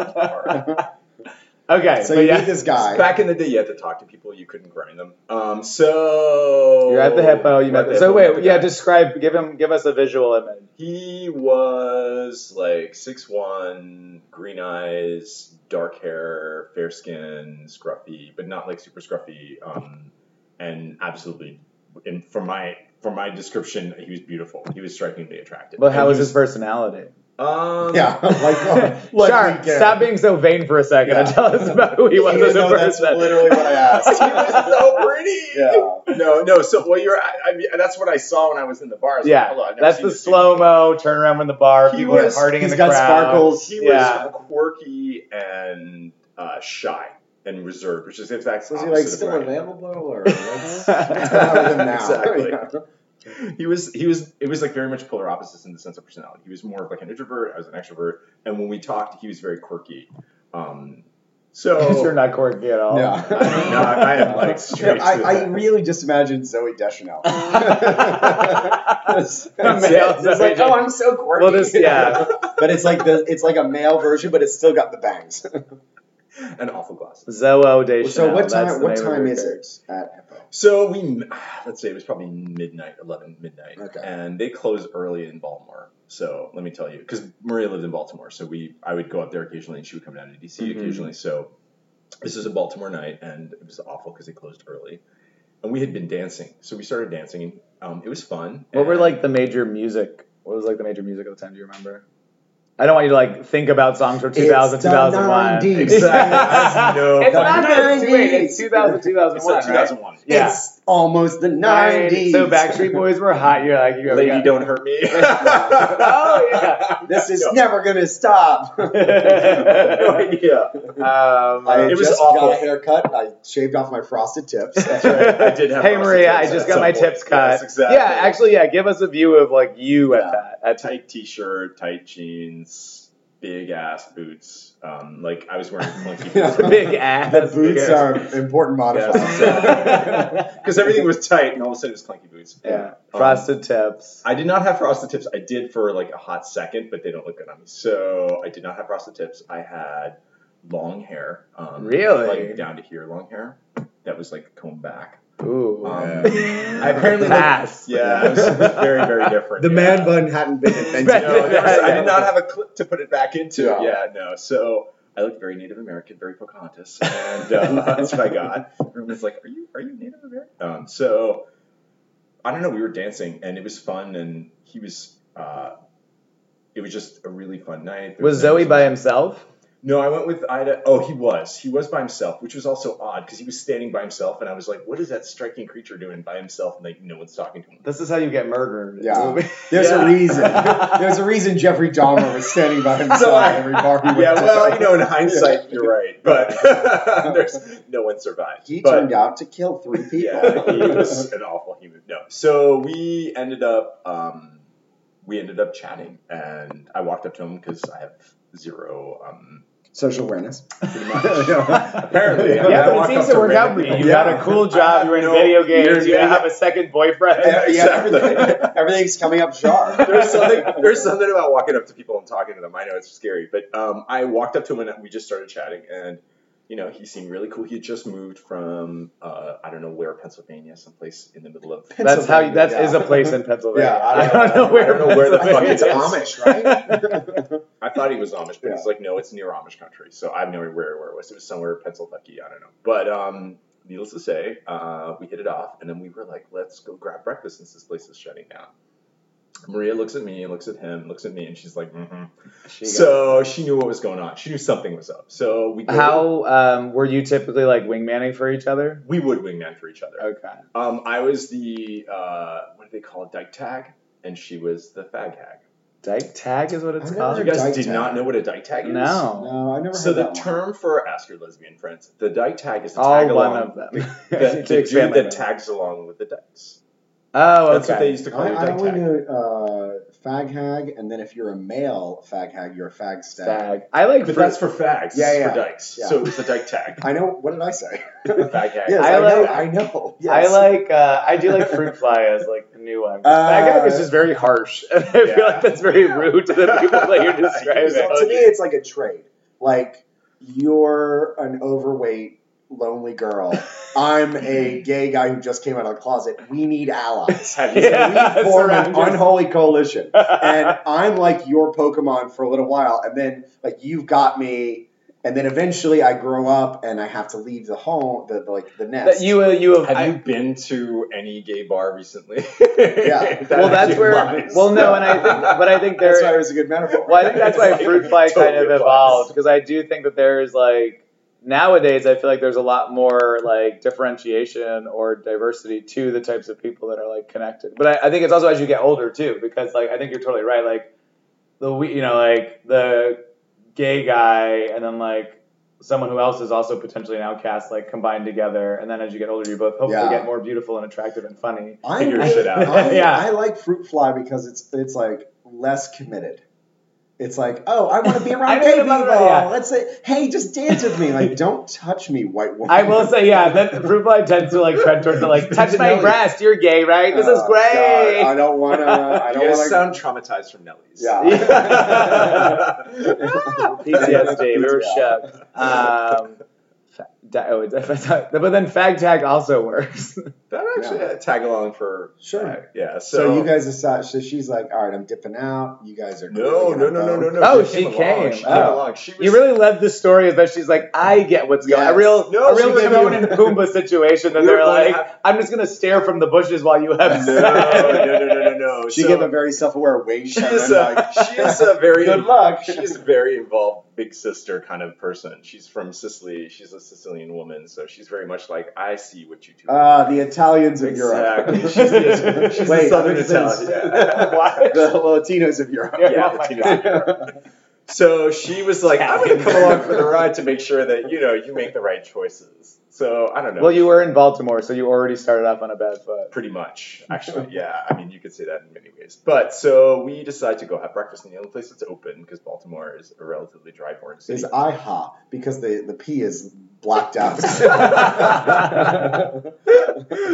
[SPEAKER 1] okay,
[SPEAKER 2] so
[SPEAKER 1] but
[SPEAKER 2] you
[SPEAKER 1] yeah,
[SPEAKER 2] meet this guy.
[SPEAKER 3] Back in the day, you had to talk to people. You couldn't grind them. Um, so
[SPEAKER 1] you're at the hippo. You
[SPEAKER 3] We're
[SPEAKER 1] met.
[SPEAKER 3] at
[SPEAKER 1] The,
[SPEAKER 3] the
[SPEAKER 1] so
[SPEAKER 3] hippo,
[SPEAKER 1] wait,
[SPEAKER 3] met the
[SPEAKER 1] yeah,
[SPEAKER 3] guy.
[SPEAKER 1] describe. Give him. Give us a visual image.
[SPEAKER 3] he was like six one, green eyes, dark hair, fair skin, scruffy, but not like super scruffy. Um, and absolutely, and from my from my description, he was beautiful. He was strikingly attractive.
[SPEAKER 1] Well, how
[SPEAKER 3] And
[SPEAKER 1] was
[SPEAKER 3] he
[SPEAKER 1] his personality?
[SPEAKER 3] Um,
[SPEAKER 2] Yeah, like, oh, like
[SPEAKER 1] Shar,
[SPEAKER 2] we care.
[SPEAKER 1] stop being so vain for a second and
[SPEAKER 2] Yeah.
[SPEAKER 1] tell us about who he was
[SPEAKER 2] Even
[SPEAKER 1] as a
[SPEAKER 2] though that's
[SPEAKER 1] person.
[SPEAKER 2] literally what I
[SPEAKER 3] he
[SPEAKER 2] asked.
[SPEAKER 3] was so pretty.
[SPEAKER 2] Yeah.
[SPEAKER 3] No, no. So, well, you're. I, I mean, that's what I saw when I was in the bar. I was like,
[SPEAKER 1] Yeah,
[SPEAKER 3] "Hold on, I've never
[SPEAKER 1] That's
[SPEAKER 3] seen
[SPEAKER 1] the
[SPEAKER 3] this
[SPEAKER 1] slow mo turn around in the bar.
[SPEAKER 3] He
[SPEAKER 1] people
[SPEAKER 3] was-
[SPEAKER 1] are partying in
[SPEAKER 2] he's
[SPEAKER 1] the
[SPEAKER 2] got
[SPEAKER 1] crowd.
[SPEAKER 2] sparkles.
[SPEAKER 3] He
[SPEAKER 1] Yeah.
[SPEAKER 3] was quirky and uh, shy and reserved, which is the exact
[SPEAKER 2] So is
[SPEAKER 3] opposite
[SPEAKER 2] he like
[SPEAKER 3] of
[SPEAKER 2] still
[SPEAKER 3] Ryan.
[SPEAKER 2] available or what's, what's going on with him now?
[SPEAKER 3] Exactly.
[SPEAKER 2] Yeah.
[SPEAKER 3] He was. He was. It was like very much polar opposites in the sense of personality. He was more of like an introvert. I was an extrovert. And when we talked, he was very quirky. Um, so
[SPEAKER 1] You're not quirky at all.
[SPEAKER 2] Yeah.
[SPEAKER 3] I mean, no, I am like straight.
[SPEAKER 2] Yeah, I,
[SPEAKER 3] to
[SPEAKER 2] I
[SPEAKER 3] the-
[SPEAKER 2] really just imagine Zoe Deschanel. That's it.
[SPEAKER 1] Male Zoe
[SPEAKER 2] It's like,
[SPEAKER 1] Deschanel.
[SPEAKER 2] oh, I'm so quirky.
[SPEAKER 1] Well, this- yeah.
[SPEAKER 2] but it's like the it's like a male version, but it's still got the bangs.
[SPEAKER 3] and awful glasses.
[SPEAKER 1] Zoe de
[SPEAKER 2] so
[SPEAKER 1] Chanel,
[SPEAKER 2] what
[SPEAKER 1] that's
[SPEAKER 2] time?
[SPEAKER 1] the
[SPEAKER 2] What
[SPEAKER 1] name of her
[SPEAKER 2] time is
[SPEAKER 1] character.
[SPEAKER 2] it at Hippo?
[SPEAKER 3] So we, let's say it was probably midnight, 11 midnight.
[SPEAKER 2] Okay.
[SPEAKER 3] And they close early in Baltimore. So let me tell you, because Maria lived in Baltimore. So we, I would go up there occasionally and she would come down to DC
[SPEAKER 1] Mhm.
[SPEAKER 3] occasionally. So this is a Baltimore night and it was awful because they closed early. And we had been dancing. So we started dancing. Um, it was fun.
[SPEAKER 1] What were
[SPEAKER 3] and-
[SPEAKER 1] like the major music? What was like the major music at the time? Do you remember? I don't want you to like think about songs from 2000,
[SPEAKER 2] It's the
[SPEAKER 1] 2001.
[SPEAKER 2] 90s.
[SPEAKER 3] Exactly. I have no
[SPEAKER 1] it's
[SPEAKER 3] fucking-
[SPEAKER 1] not the wait, It's
[SPEAKER 2] 90s.
[SPEAKER 1] 2000, 2001.
[SPEAKER 3] It's like
[SPEAKER 1] right?
[SPEAKER 3] 2001.
[SPEAKER 1] Yeah.
[SPEAKER 2] It's almost the nineties.
[SPEAKER 1] So Backstreet Boys were hot. You're like, you
[SPEAKER 3] Lady,
[SPEAKER 1] got-
[SPEAKER 3] don't hurt me.
[SPEAKER 1] Oh, yeah.
[SPEAKER 2] This is
[SPEAKER 3] No.
[SPEAKER 2] never gonna stop.
[SPEAKER 3] no idea.
[SPEAKER 1] Um,
[SPEAKER 2] I
[SPEAKER 3] It was
[SPEAKER 2] just
[SPEAKER 3] awful.
[SPEAKER 2] got a haircut. I shaved off my frosted tips.
[SPEAKER 1] That's
[SPEAKER 3] right. I did have
[SPEAKER 1] Hey
[SPEAKER 3] frosted
[SPEAKER 1] Maria, I
[SPEAKER 3] tips
[SPEAKER 1] just
[SPEAKER 3] at
[SPEAKER 1] got
[SPEAKER 3] some
[SPEAKER 1] my
[SPEAKER 3] point.
[SPEAKER 1] tips cut.
[SPEAKER 3] Yes, exactly.
[SPEAKER 1] Yeah, actually, yeah. Give us a view of like you
[SPEAKER 2] Yeah.
[SPEAKER 1] at that. At
[SPEAKER 3] tight t-shirt, tight jeans, big ass boots. Um, like I was wearing clunky
[SPEAKER 2] Yeah.
[SPEAKER 3] boots
[SPEAKER 1] big ass.
[SPEAKER 2] The boots
[SPEAKER 1] Yeah.
[SPEAKER 2] are an important modifier.
[SPEAKER 3] Yes. because everything was tight, and all of a sudden it was clunky boots.
[SPEAKER 1] yeah,
[SPEAKER 3] Um,
[SPEAKER 1] frosted tips.
[SPEAKER 3] I did not have frosted tips. I did for like a hot second, but they don't look good on me. So I did not have frosted tips. I had long hair. Um,
[SPEAKER 1] Really?
[SPEAKER 3] Like down to here, long hair that was like combed back.
[SPEAKER 1] Ooh.
[SPEAKER 3] Um,
[SPEAKER 4] the
[SPEAKER 3] I apparently like-
[SPEAKER 1] Pass.
[SPEAKER 3] yeah, it was very very different. yeah.
[SPEAKER 4] man bun hadn't been invented.
[SPEAKER 1] Right.
[SPEAKER 3] No, there was- I
[SPEAKER 1] Yeah.
[SPEAKER 3] did not have a clip to put it back into.
[SPEAKER 2] Yeah.
[SPEAKER 3] Yeah, no. So I looked very Native American, very Pocahontas, and uh, that's what I got. Everyone's like, "Are you are you Native American?" Um, so I don't know. We were dancing, and it was fun, and he was. Uh, it was just a really fun night. There
[SPEAKER 1] Was Zoe
[SPEAKER 3] there
[SPEAKER 1] by himself?
[SPEAKER 3] No, I went with Ida. Oh, he was. He was by himself, which was also odd because he was standing by himself, and I was like, "What is that striking creature doing by himself?" And like, no one's talking to him.
[SPEAKER 1] This is how you get murdered.
[SPEAKER 2] Yeah. There's
[SPEAKER 3] Yeah.
[SPEAKER 2] a reason. There's a reason Jeffrey Dahmer was standing by himself
[SPEAKER 3] So I-
[SPEAKER 2] at every bar he went
[SPEAKER 3] yeah,
[SPEAKER 2] to.
[SPEAKER 3] well, you know, in hindsight, you're right, but there's no one survived.
[SPEAKER 2] he
[SPEAKER 3] but,
[SPEAKER 2] turned out to kill three people.
[SPEAKER 3] Yeah, he was an awful human. No, so we ended up, um, we ended up chatting, and I walked up to him because I have zero. Um,
[SPEAKER 2] Social awareness. Pretty much.
[SPEAKER 3] apparently, I mean, I
[SPEAKER 1] Yeah, but
[SPEAKER 3] walked
[SPEAKER 1] it seems
[SPEAKER 3] up
[SPEAKER 1] to work out for
[SPEAKER 3] random
[SPEAKER 1] you.
[SPEAKER 3] people.
[SPEAKER 1] You
[SPEAKER 2] Yeah.
[SPEAKER 1] got a cool
[SPEAKER 3] I
[SPEAKER 1] job.
[SPEAKER 3] have
[SPEAKER 1] You're in
[SPEAKER 3] no-
[SPEAKER 1] video games.
[SPEAKER 3] you're-
[SPEAKER 1] You
[SPEAKER 3] yeah.
[SPEAKER 1] have a second boyfriend.
[SPEAKER 3] Yeah, exactly.
[SPEAKER 2] Everything's coming up sharp.
[SPEAKER 3] there's something there's something about walking up to people and talking to them. I know it's scary, but um, I walked up to him and we just started chatting, and you know he seemed really cool. He had just moved from uh, I don't know where Pennsylvania, someplace in the middle of
[SPEAKER 1] That's how. you- That is
[SPEAKER 2] Yeah.
[SPEAKER 1] a place in Pennsylvania.
[SPEAKER 2] Yeah,
[SPEAKER 1] I don't, know where.
[SPEAKER 3] I don't know where the fuck
[SPEAKER 1] Pennsylvania
[SPEAKER 2] it's
[SPEAKER 3] is.
[SPEAKER 2] Amish, right?
[SPEAKER 3] I thought he was Amish, but
[SPEAKER 2] Yeah.
[SPEAKER 3] he's like, no, it's near Amish country. So I have no idea where, where it was. It was somewhere in Pennsylvania. I don't know. But um, needless to say, uh, we hit it off, and then we were like, let's go grab breakfast since this place is shutting down. Maria looks at me, looks at him, looks at me, and she's like, mm-hmm.
[SPEAKER 1] She got-
[SPEAKER 3] so she knew what was going on. She knew something was up. So we go-
[SPEAKER 1] How um, were you typically like wingmanning for each other?
[SPEAKER 3] we would wingman for each other.
[SPEAKER 1] Okay.
[SPEAKER 3] Um, I was the uh, what do they call it, dyke tag, and she was the fag hag.
[SPEAKER 1] Dyke tag is what it's
[SPEAKER 2] I've
[SPEAKER 1] called.
[SPEAKER 2] never
[SPEAKER 3] You guys
[SPEAKER 2] Dyke
[SPEAKER 3] did
[SPEAKER 2] tag.
[SPEAKER 3] not know what a dyke tag is?
[SPEAKER 1] no.
[SPEAKER 2] no, I never
[SPEAKER 3] So
[SPEAKER 2] heard
[SPEAKER 3] the
[SPEAKER 2] that one. Oh,
[SPEAKER 3] term for ask your lesbian friends, the dyke tag is the
[SPEAKER 1] All
[SPEAKER 3] tag
[SPEAKER 1] one
[SPEAKER 3] along.
[SPEAKER 1] of them.
[SPEAKER 3] The,
[SPEAKER 1] To
[SPEAKER 3] the
[SPEAKER 1] expand
[SPEAKER 3] dude
[SPEAKER 1] my
[SPEAKER 3] that
[SPEAKER 1] mind.
[SPEAKER 3] tags along with the dykes.
[SPEAKER 1] Oh,
[SPEAKER 3] That's what they
[SPEAKER 1] okay.
[SPEAKER 3] used to call
[SPEAKER 2] I,
[SPEAKER 3] your
[SPEAKER 2] I
[SPEAKER 3] dyke
[SPEAKER 2] only
[SPEAKER 3] tag.
[SPEAKER 2] knew uh, fag hag, and then if you're a male fag hag, you're a fag
[SPEAKER 1] Fag.
[SPEAKER 2] stag.
[SPEAKER 1] I like.
[SPEAKER 3] But
[SPEAKER 1] fr-
[SPEAKER 3] that's for fags.
[SPEAKER 2] Yeah,
[SPEAKER 3] Yeah,
[SPEAKER 2] yeah.
[SPEAKER 3] for dykes.
[SPEAKER 2] Yeah.
[SPEAKER 3] So it was the dyke tag.
[SPEAKER 2] I know. What did I say?
[SPEAKER 3] Fag hag.
[SPEAKER 2] yes,
[SPEAKER 1] I
[SPEAKER 2] I, know.
[SPEAKER 1] like-
[SPEAKER 2] I know.
[SPEAKER 1] I
[SPEAKER 2] Yes.
[SPEAKER 1] like uh, I do like fruit fly as like the new one.
[SPEAKER 2] Uh,
[SPEAKER 1] Fag hag is just very harsh. I feel
[SPEAKER 3] yeah.
[SPEAKER 1] like that's very rude to the people that you're
[SPEAKER 2] Because
[SPEAKER 1] describing.
[SPEAKER 2] to me, it's like a trade. Like you're an overweight, lonely girl. I'm a gay guy who just came out of the closet. We need allies.
[SPEAKER 3] Have you
[SPEAKER 1] Yeah.
[SPEAKER 3] seen
[SPEAKER 2] we form an
[SPEAKER 1] surround yourself.
[SPEAKER 2] unholy coalition. and I'm like your Pokemon for a little while, and then like you've got me, and then eventually I grow up and I have to leave the home, the, the like the nest.
[SPEAKER 1] that you uh, you have,
[SPEAKER 3] Have
[SPEAKER 1] I-
[SPEAKER 3] you been to any gay bar recently?
[SPEAKER 2] Yeah.
[SPEAKER 1] well that's where well no and I think but I think
[SPEAKER 2] That's why it
[SPEAKER 1] there
[SPEAKER 2] was a good metaphor.
[SPEAKER 1] well I think that's why
[SPEAKER 3] It's like,
[SPEAKER 1] fruit fly kind
[SPEAKER 3] totally
[SPEAKER 1] of
[SPEAKER 3] applies.
[SPEAKER 1] evolved because I do think that there is like nowadays I feel like there's a lot more like differentiation or diversity to the types of people that are like connected. But I, I think it's also as you get older too because like I think you're totally right like the we you know like the gay guy and then like someone who else is also potentially an outcast like combined together and then as you get older you both hopefully
[SPEAKER 2] Yeah.
[SPEAKER 1] get more beautiful and attractive and funny.
[SPEAKER 2] I
[SPEAKER 3] Figure
[SPEAKER 2] like-
[SPEAKER 3] shit out.
[SPEAKER 2] I,
[SPEAKER 1] Yeah.
[SPEAKER 2] I like fruit fly because it's it's like less committed. It's like, oh, I want to be
[SPEAKER 1] I
[SPEAKER 2] around
[SPEAKER 1] know
[SPEAKER 2] gay
[SPEAKER 1] what
[SPEAKER 2] people.
[SPEAKER 1] about that, yeah.
[SPEAKER 2] Let's say, hey, just dance with me. Like, don't touch me, white woman.
[SPEAKER 1] I will say, yeah, that fruit fly tends to like tread towards the like touch my breast. You're gay, right? This is
[SPEAKER 2] Oh,
[SPEAKER 1] great.
[SPEAKER 2] God, I don't wanna. I don't
[SPEAKER 3] you guys
[SPEAKER 2] wanna.
[SPEAKER 3] sound traumatized from Nelly's.
[SPEAKER 2] Yeah.
[SPEAKER 1] PTSD. We were
[SPEAKER 2] Yeah.
[SPEAKER 1] shook. Um, fa- di- oh, it's- I thought- but then fag tag also works.
[SPEAKER 3] That actually
[SPEAKER 2] Yeah.
[SPEAKER 3] tag along for
[SPEAKER 2] sure.
[SPEAKER 3] yeah. So,
[SPEAKER 2] So, you guys decide. So she's like, all right, I'm dipping out. You guys are
[SPEAKER 3] no,
[SPEAKER 2] clearly
[SPEAKER 3] no,
[SPEAKER 2] gonna
[SPEAKER 3] no, no, no,
[SPEAKER 2] vote.
[SPEAKER 3] no.
[SPEAKER 1] Oh, she
[SPEAKER 3] along.
[SPEAKER 1] came.
[SPEAKER 3] She
[SPEAKER 1] Oh.
[SPEAKER 3] along. She was,
[SPEAKER 1] You really led the story as though she's like, I get what's going.
[SPEAKER 2] Yes.
[SPEAKER 1] A real,
[SPEAKER 3] No,
[SPEAKER 1] a real
[SPEAKER 3] she gave
[SPEAKER 1] Timon
[SPEAKER 3] you-
[SPEAKER 1] and Pumbaa situation. That
[SPEAKER 3] We were
[SPEAKER 1] they're
[SPEAKER 3] going
[SPEAKER 1] like, I'm just gonna stare from the bushes while you have
[SPEAKER 3] no,
[SPEAKER 1] sex.
[SPEAKER 3] no, no, no, no, no.
[SPEAKER 2] She
[SPEAKER 3] so,
[SPEAKER 2] gave a very self-aware wink.
[SPEAKER 3] She
[SPEAKER 2] and
[SPEAKER 3] is
[SPEAKER 2] then,
[SPEAKER 3] a she is a very
[SPEAKER 2] Good luck.
[SPEAKER 3] She is a very involved big sister kind of person. She's from Sicily. She's a Sicilian woman, so she's very much like I see what you do.
[SPEAKER 2] Ah, the Italians of
[SPEAKER 3] exactly.
[SPEAKER 2] Europe.
[SPEAKER 3] She's, the- she's
[SPEAKER 2] Wait,
[SPEAKER 3] the southern
[SPEAKER 2] this is-
[SPEAKER 3] Italian. Yeah.
[SPEAKER 1] What?
[SPEAKER 2] the Latinos of Europe.
[SPEAKER 1] Yeah.
[SPEAKER 3] Yeah,
[SPEAKER 1] Oh
[SPEAKER 3] the
[SPEAKER 1] my
[SPEAKER 3] teenage girl. So she was like, "I'm going to come along for the ride to make sure that you know you make the right choices." So I don't know.
[SPEAKER 1] Well, you were in Baltimore, so you already started off on a bad foot.
[SPEAKER 3] Pretty much, actually. Yeah, I mean, you could say that in many ways. But so we decide to go have breakfast in the only place that's open because Baltimore is a relatively dry foreign city.
[SPEAKER 2] Is IHOP because the the P is blacked out.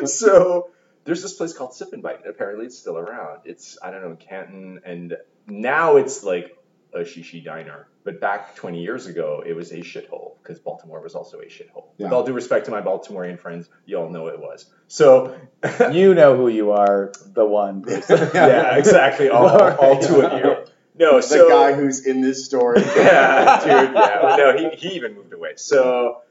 [SPEAKER 3] so there's this place called Sip and Bite. Apparently, it's still around. It's I don't know Canton, and now it's like a shishi diner. But back 20 years ago, it was a shithole because Baltimore was also a shithole.
[SPEAKER 2] Yeah.
[SPEAKER 3] With all due respect to my Baltimorean friends, you all know it was. So,
[SPEAKER 1] you know who you are, the one. person.
[SPEAKER 3] yeah, exactly. All, all two of you. No,
[SPEAKER 2] The
[SPEAKER 3] Oh, so
[SPEAKER 2] guy who's in this story.
[SPEAKER 3] yeah, dude. Yeah. No, he, he even moved away. So